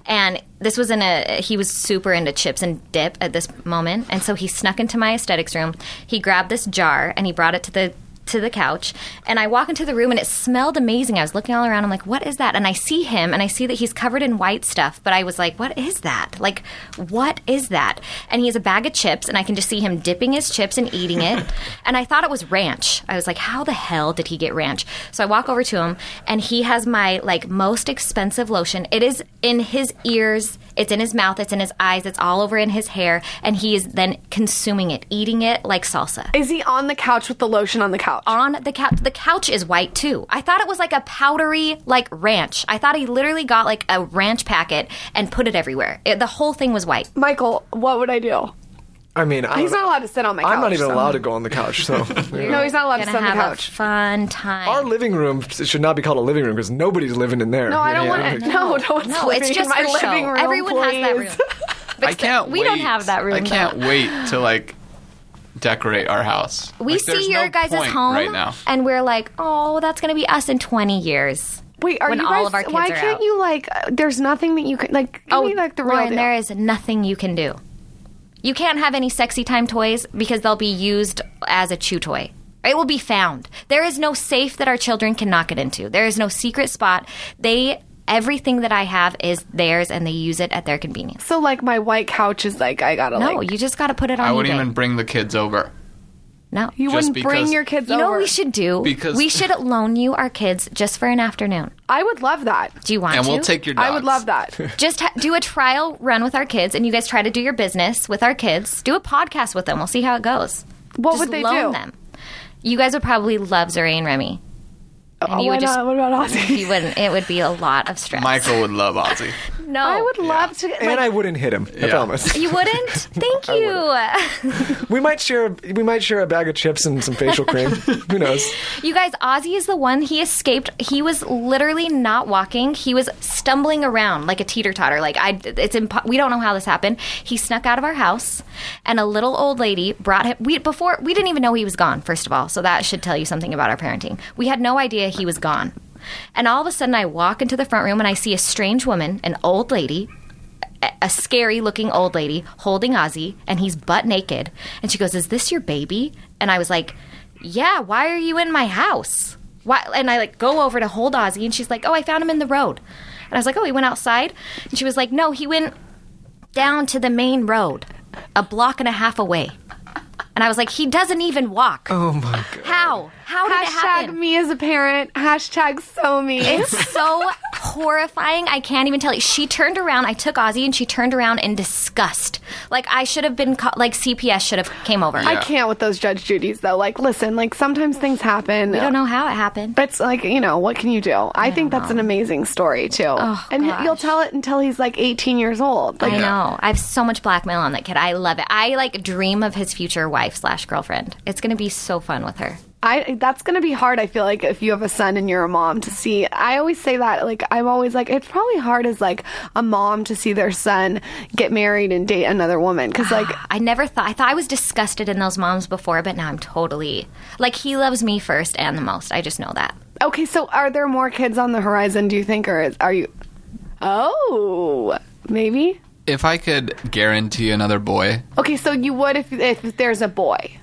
S7: And this was in a, he was super into chips and dip at this moment. And so he snuck into my aesthetics room. He grabbed this jar and he brought it to the to the couch and I walk into the room and it smelled amazing. I was looking all around. I'm like, what is that? And I see him and I see that he's covered in white stuff, but I was like, what is that? Like, what is that? And he has a bag of chips and I can just see him dipping his chips and eating it. and I thought it was ranch. I was like, how the hell did he get ranch? So I walk over to him and he has my like most expensive lotion. It is in his ears, it's in his mouth, it's in his eyes, it's all over in his hair and he is then consuming it, eating it like salsa
S6: Is he on the couch with the lotion on the couch?
S7: on the couch. The couch is white too. I thought it was like a powdery like ranch. I thought he literally got like a ranch packet and put it everywhere. It, the whole thing was white.
S6: Michael, what would I do?
S4: I mean, I
S6: He's
S4: don't-
S6: not allowed to sit on my couch.
S4: I'm not even
S6: so-
S4: allowed to go on the couch. So you know.
S6: No, he's not allowed to
S7: Gonna
S6: sit on the
S7: have a
S6: couch.
S7: fun time.
S4: our living room should not be called a living room because nobody's living in there.
S6: no, I don't want to. No, Oh, no one's
S7: no, it's
S6: living
S7: just
S6: in my
S7: for show.
S6: living room.
S7: Everyone has that
S6: please.
S7: room.
S2: I can't.
S7: we don't
S2: wait.
S7: have that room,
S2: I can't
S7: though.
S2: wait to like decorate our house.
S7: We
S2: Like, there's
S7: see your
S2: no
S7: guys'
S2: point
S7: home
S2: right now.
S7: and we're like, oh, that's gonna be us in 20 years.
S6: Wait, are
S7: When
S6: you guys?
S7: all of our kids
S6: why
S7: are
S6: can't
S7: out.
S6: you like? uh, There's nothing that you can like. Give me like the real
S7: Lauren,
S6: deal.
S7: there is nothing you can do. You can't have any sexy time toys because they'll be used as a chew toy. It will be found. There is no safe that our children cannot get into. There is no secret spot. They everything that I have is theirs, and they use it at their convenience.
S6: so like my white couch is like I gotta
S7: No,
S6: like.
S7: you just got to put it on.
S2: I wouldn't
S7: eBay.
S2: even bring the kids over.
S7: No,
S6: You
S2: just
S6: wouldn't bring
S2: because-
S6: your kids
S7: You know
S6: over.
S7: what we should do?
S2: Because-
S7: we should loan you our kids just for an afternoon.
S6: I would love that.
S7: Do you want
S2: And
S7: to?
S2: we'll take your dogs.
S6: I would love that.
S7: just ha- do a trial run with our kids, and you guys try to do your business with our kids. Do a podcast with them. We'll see how it goes.
S6: What
S7: just
S6: would they
S7: loan
S6: do?
S7: them. You guys would probably love Zuri and Remy. And
S6: Oh,
S7: you
S6: why
S7: would just
S6: not? What about Ozzy?
S7: you wouldn't. It would be a lot of stress.
S2: Michael would love Ozzy.
S7: no,
S6: I would love to.
S4: And
S6: like,
S4: I wouldn't hit him. I
S2: Yeah.
S4: promise.
S7: You wouldn't? Thank you.
S4: We might share. We might share a bag of chips and some facial cream. Who knows?
S7: you guys, Ozzy is the one. He escaped. He was literally not walking. He was stumbling around like a teeter totter. Like I, it's impo- we don't know how this happened. He snuck out of our house, and a little old lady brought him. We before we didn't even know he was gone. First of all, so that should tell you something about our parenting. We had no idea he was gone, and all of a sudden I walk into the front room and I see a strange woman, an old lady, a scary looking old lady holding Ozzy and he's butt naked. And she goes, Is this your baby? And I was like, yeah, why are you in my house? Why? And I like go over to hold Ozzy, and she's like, oh, I found him in the road. And I was like, oh, he went outside. And she was like, no, he went down to the main road, a block and a half away. And I was like, he doesn't even walk.
S4: Oh my god.
S7: How? How did it
S6: Hashtag
S7: happen?
S6: me as a parent. Hashtag so me.
S7: It's so horrifying. I can't even tell you. She turned around. I took Ozzy and she turned around in disgust. Like I should have been. Caught, like CPS should have came over.
S6: I can't with those Judge Judies though. Like, listen, like sometimes things happen.
S7: I don't know how it happened.
S6: But it's like, you know, what can you do? I, think that's an amazing story too. and
S7: Oh, gosh.
S6: you'll tell it until he's like 18 years old. Like,
S7: I know. I have so much blackmail on that kid. I love it. I like dream of his future wife slash girlfriend. It's gonna be so fun with her.
S6: I that's going to be hard. I feel like if you have a son and you're a mom to see. I always say that. Like I'm always like it's probably hard as like a mom to see their son get married and date another woman because like
S7: I never thought. I thought I was disgusted in those moms before, but now I'm totally like he loves me first and the most. I just know that.
S6: okay, so are there more kids on the horizon? Do you think or is, are you? Oh, maybe.
S2: If I could guarantee another boy,
S6: Okay, so you would if if there's a boy.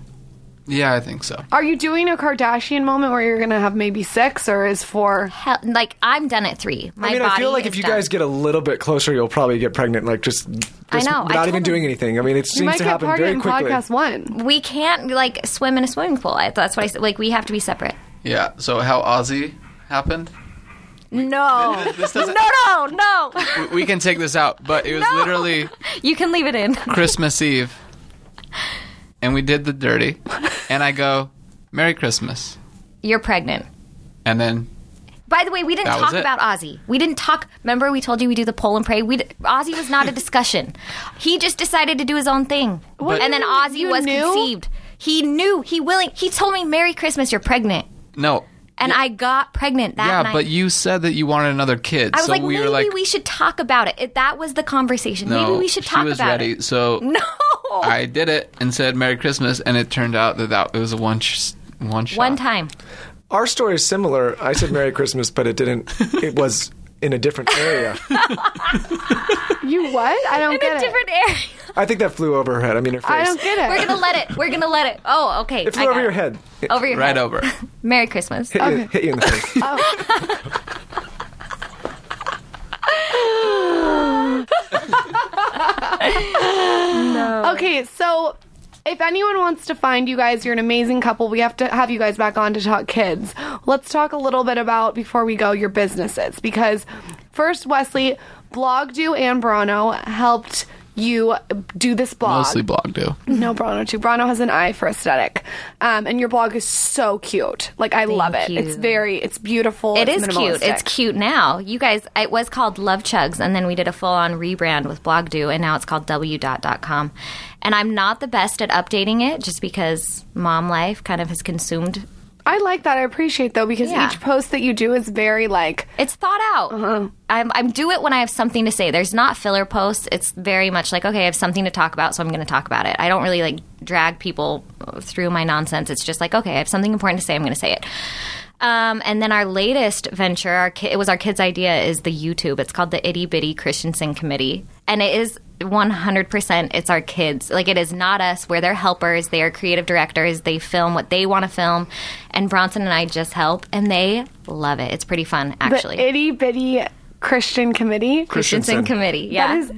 S2: yeah, I think so.
S6: Are you doing a Kardashian moment where you're going to have maybe six or is four?
S7: Hell, like I'm done at three. My
S4: I mean,
S7: body
S4: I feel like
S7: is
S4: if you
S7: done.
S4: guys get a little bit closer, you'll probably get pregnant. Like just,
S7: I
S4: just
S7: know. I
S4: without
S7: told
S4: even
S7: him-
S4: doing anything. I mean, it
S6: You
S4: seems
S6: might
S4: to
S6: get
S4: happen
S6: parted
S4: very
S6: in
S4: quickly.
S6: podcast one.
S7: we can't like swim in a swimming pool. I, that's what I said. Like we have to be separate.
S2: Yeah. So how Ozzy happened?
S7: No,
S2: This doesn't.
S7: no, no.
S2: we- We can take this out, but it was
S7: No.
S2: literally
S7: You can leave it in.
S2: Christmas Eve, and we did the dirty, and I go, "Merry Christmas,"
S7: You're pregnant.
S2: and then
S7: By the way, we didn't
S2: That
S7: talk
S2: was it.
S7: about Ozzy. We didn't talk. Remember, we told you we do the poll and pray. We d- Ozzy was not a discussion. he just decided to do his own thing, and then Ozzy
S6: you
S7: was
S6: knew?
S7: conceived. He knew. He willing. He told me, "Merry Christmas. You're pregnant,"
S2: no.
S7: and I got pregnant that
S2: Yeah,
S7: night.
S2: but you said that you wanted another kid,
S7: I was
S2: so
S7: like,
S2: we
S7: maybe
S2: were like,
S7: we should talk about it. it. That was the conversation.
S2: no,
S7: maybe we should
S2: she
S7: talk
S2: was
S7: about
S2: ready,
S7: it.
S2: so
S7: No.
S2: I did it and said Merry Christmas, and it turned out that that it was a one sh- one shot.
S7: One time.
S4: Our story is similar. I said Merry Christmas, but it didn't. It was in a different area.
S6: You what? I don't
S7: In
S6: get
S7: a
S6: it.
S7: different area.
S4: I think that flew over her head. I mean, her face.
S6: I don't get it.
S7: We're gonna let it. We're gonna let it. Oh, okay.
S4: It
S7: I
S4: flew
S7: got
S4: over your
S7: it.
S4: head. It
S7: Over your
S2: right
S7: head.
S2: over.
S7: Merry Christmas.
S4: hit, you, hit you in the face.
S6: Okay, so if anyone wants to find you guys, you're an amazing couple. We have to have you guys back on to talk kids. Let's talk a little bit about before we go your businesses because first Wesley blogged you and Brano helped you do this blog.
S2: Mostly blog do.
S6: No, Brano too. Brano has an eye for aesthetic, um, and your blog is so cute. Like I love it.
S7: you.
S6: It's very, it's beautiful.
S7: It
S6: it's
S7: is cute. It's
S6: minimalistic.
S7: cute now. You guys, it was called Love Chugs, and then we did a full on rebrand with Blogdo, and now it's called W.com. And I'm not the best at updating it just because mom life kind of has consumed.
S6: I like that. I appreciate though because
S7: Yeah.
S6: each post that you do is very like
S7: It's thought out.
S4: Uh-huh.
S7: I'm, I'm do it when I have something to say. There's not filler posts. It's very much like, okay, I have something to talk about, so I'm going to talk about it. I don't really like drag people through my nonsense. It's just like, okay, I have something important to say. I'm going to say it. Um, and then our latest venture, our ki- it was our kids' idea, is the YouTube. It's called the Itty Bitty Christensen Committee, and it is 100%. It's our kids. Like it is not us. We're their helpers. They are creative directors. They film what they want to film, and Bronson and I just help, and they love it. It's pretty fun, actually.
S6: the itty bitty Christian committee.
S7: Christensen Committee, yeah,
S6: That is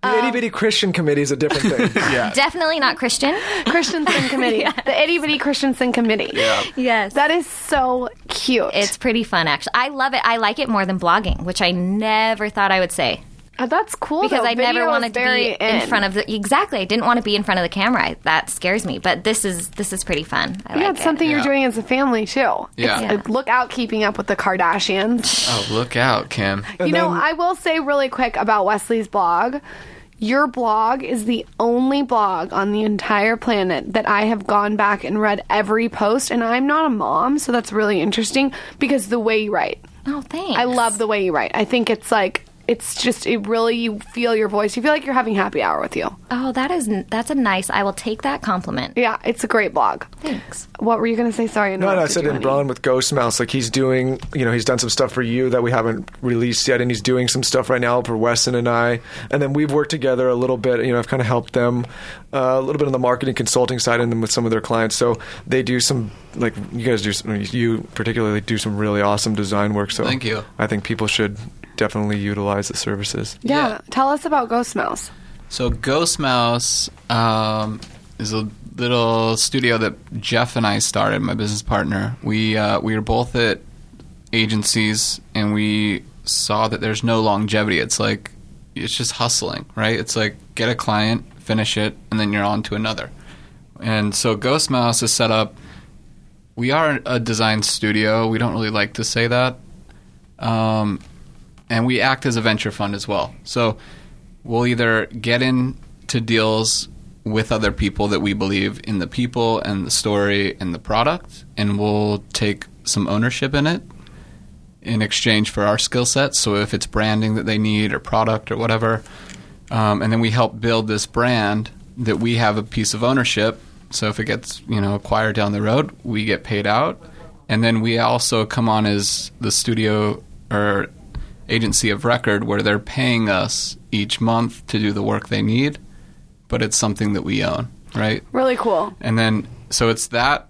S4: The itty bitty Christian committee is a different thing. yeah.
S7: definitely not Christian.
S6: Christensen Committee. The itty bitty Christensen Committee.
S7: yes,
S6: That is so cute.
S7: it's pretty fun, actually. I love it. I like it more than blogging, which I never thought I would say.
S6: Uh, that's cool
S7: because
S6: though.
S7: I never
S6: Video
S7: wanted
S6: is
S7: to
S6: very
S7: be in. front of the exactly. I didn't want to be in front of the camera. I, that scares me. But this is this is pretty fun. I
S6: Yeah,
S7: like
S6: it's something you're
S2: Yeah.
S6: doing as a family too.
S2: Yeah.
S6: It's- uh, look out, keeping up with the Kardashians.
S2: Oh, look out, Kim.
S6: you know,
S4: then-
S6: I will say really quick about Wesley's blog. Your blog is the only blog on the entire planet that I have gone back and read every post, and I'm not a mom, so that's really interesting because the way you write.
S7: It. Oh, thanks.
S6: I love the way you write. I think it's like it's just it really you feel your voice. You feel like you're having happy hour with you.
S7: Oh, that is n- that's a nice. I will take that compliment.
S6: Yeah, it's a great blog.
S7: Thanks.
S6: What were you going to say? Sorry, I
S4: No, no, I
S6: interrupted
S4: said
S6: you,
S4: in
S6: honey.
S4: Braun with Ghost Mouse, like he's doing, you know, he's done some stuff for you that we haven't released yet, and he's doing some stuff right now for Wesson and I. And then we've worked together a little bit, you know, I've kind of helped them uh, a little bit on the marketing consulting side and then with some of their clients. So they do some, like, you guys do, some, you particularly do some really awesome design work. So
S2: Thank you.
S4: I think people should definitely utilize the services.
S6: Yeah.
S2: Yeah.
S6: Uh, tell us about Ghost Mouse.
S2: So Ghost Mouse um, is a little studio that Jeff and I started. My business partner. We uh, we were both at agencies, and we saw that there's no longevity. It's like it's just hustling, right? It's like get a client, finish it, and then you're on to another. And so Ghost Mouse is set up. We are a design studio. We don't really like to say that. Um, and we act as a venture fund as well. So we'll either get into deals with other people that we believe in the people and the story and the product, and we'll take some ownership in it in exchange for our skill sets. So if it's branding that they need or product or whatever, um, and then we help build this brand that we have a piece of ownership. So if it gets you know acquired down the road, we get paid out, and then we also come on as the studio or agency of record where they're paying us each month to do the work they need, but it's something that we own, right?
S6: Really cool.
S2: And then so it's that,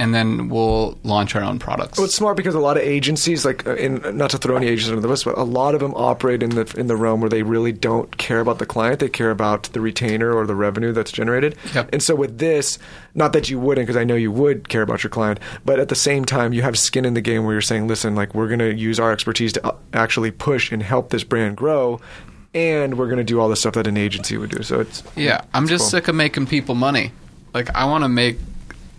S2: and then we'll launch our own products.
S4: Well, it's smart because a lot of agencies, like uh, in, not to throw any agencies under the bus, but a lot of them operate in the in the realm where they really don't care about the client; they care about the retainer or the revenue that's generated.
S2: Yep.
S4: And so with this, not that you wouldn't, because I know you would care about your client, but at the same time, you have skin in the game where you're saying, "Listen, like we're going to use our expertise to uh, actually push and help this brand grow." And we're going to do all the stuff that an agency would do. So it's
S2: Yeah, I'm
S4: it's
S2: just
S4: cool.
S2: sick of making people money. Like I want to make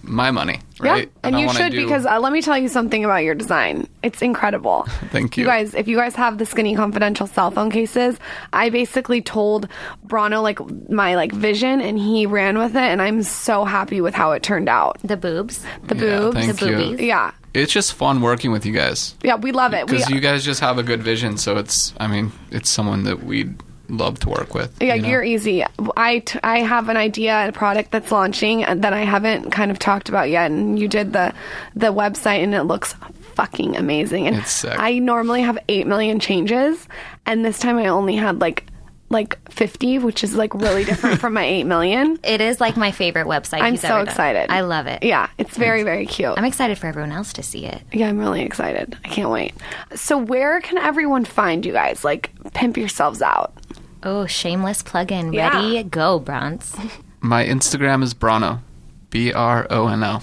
S2: my money, right?
S6: Yeah, and
S2: I
S6: you
S2: wanna
S6: should
S2: do-
S6: because uh, let me tell you something about your design. It's incredible.
S2: Thank
S6: You
S2: you.
S6: guys, if you guys have the skinny confidential cell phone cases, I basically told Brano like my like vision, and he ran with it, and I'm so happy with how it turned out.
S7: The boobs.
S6: The
S2: Yeah,
S6: boobs,
S2: thank
S7: the
S2: you.
S7: boobies.
S6: yeah,
S2: it's just fun working with you guys
S6: yeah, we love it. We,
S2: because you guys just have a good vision. So it's, I mean, it's someone that we'd love to work with.
S6: yeah,
S2: you know?
S6: you are easy. I, t- I have an idea, a product that's launching and that I haven't kind of talked about yet, and you did the the website, and it looks fucking amazing. And
S2: It's sick.
S6: I normally have eight million changes, and this time I only had like like fifty, which is like really different from my eight million.
S7: It is like my favorite website.
S6: I'm
S7: he's
S6: so
S7: ever done.
S6: excited.
S7: I love it.
S6: Yeah, it's very very cute.
S7: I'm excited for everyone else to see it.
S6: yeah, I'm really excited. I can't wait. So where can everyone find you guys? Like pimp yourselves out.
S7: Oh, shameless plug-in.
S6: Yeah.
S7: Ready, go, Bronze.
S2: My Instagram is Brono, B R O N O,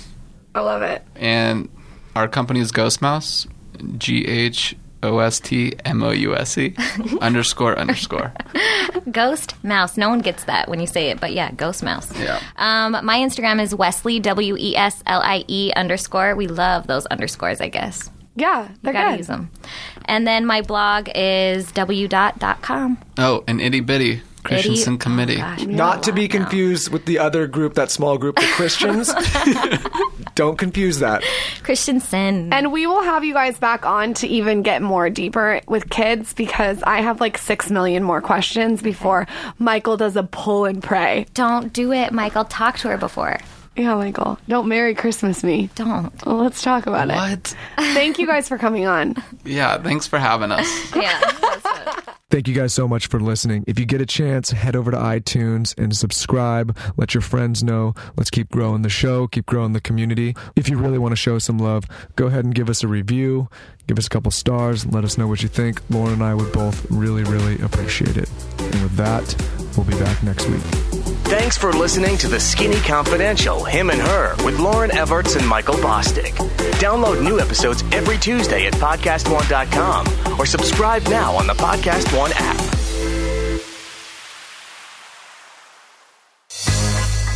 S6: I love it.
S2: and our company is Ghost Mouse, G H O S T M O U S E underscore underscore.
S7: Ghost Mouse. No one gets that when you say it, but yeah, Ghost Mouse.
S2: Yeah.
S7: Um, my Instagram is Wesley W E S L I E underscore. We love those underscores, I guess.
S6: Yeah,
S7: You
S6: they're
S7: gotta
S6: good.
S7: use them. And then my blog is w dot dot com.
S2: Oh, and itty bitty Christensen
S7: Itty-
S2: Committee.
S7: Gosh, we have
S4: not
S7: a
S4: to be
S7: lot now.
S4: confused with the other group, that small group, the Christians. Don't confuse that.
S7: Christensen.
S6: And we will have you guys back on to even get more deeper with kids because I have like six million more questions before Michael does a pull and pray.
S7: Don't do it, Michael. Talk to her before.
S6: Yeah, Michael, don't Merry Christmas me.
S7: Don't.
S6: Well, let's talk about it.
S2: What?
S6: Thank you guys for coming on.
S2: Yeah, thanks for having us.
S7: Yeah.
S8: Thank you guys so much for listening. If you get a chance, head over to iTunes and subscribe. Let your friends know. Let's keep growing the show, keep growing the community. If you really want to show some love, go ahead and give us a review, give us a couple stars, let us know what you think. Lauren and I would both really, really appreciate it. And with that, we'll be back next week.
S1: Thanks for listening to The Skinny Confidential, Him and Her, with Lauren Everts and Michael Bostic. Download new episodes every Tuesday at PodcastOne.com or subscribe now on the Podcast One app.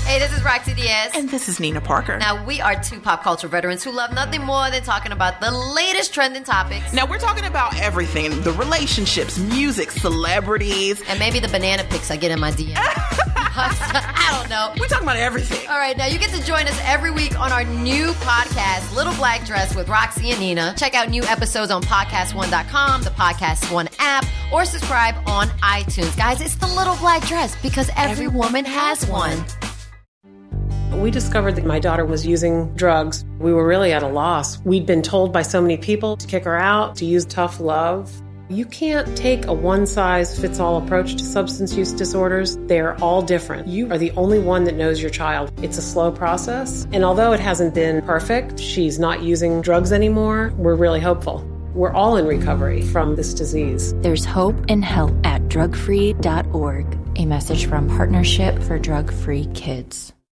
S9: Hey, this is Roxy Diaz.
S10: And this is Nina Parker. Now,
S9: now, we are two pop culture veterans who love nothing more than talking about the latest trending topics
S10: we're talking about everything the relationships, music, celebrities.
S9: and maybe the banana pics I get in my DM. Hush
S6: I don't know.
S7: We're talking about everything.
S6: All right, now you get to join us every week on our new podcast, Little Black Dress with Roxy and Nina. Check out new episodes on podcast1.com, the Podcast One app, or subscribe on iTunes. Guys, it's the Little Black Dress because every, every woman has one.
S3: We discovered that my daughter was using drugs. We were really at a loss. We'd been told by so many people to kick her out, to use tough love. You can't take a one size fits all approach to substance use disorders. They're all different. You are the only one that knows your child. It's a slow process. And although it hasn't been perfect, she's not using drugs anymore. We're really hopeful. We're all in recovery from this disease.
S11: There's hope and help at drugfree.org. A message from Partnership for Drug Free Kids.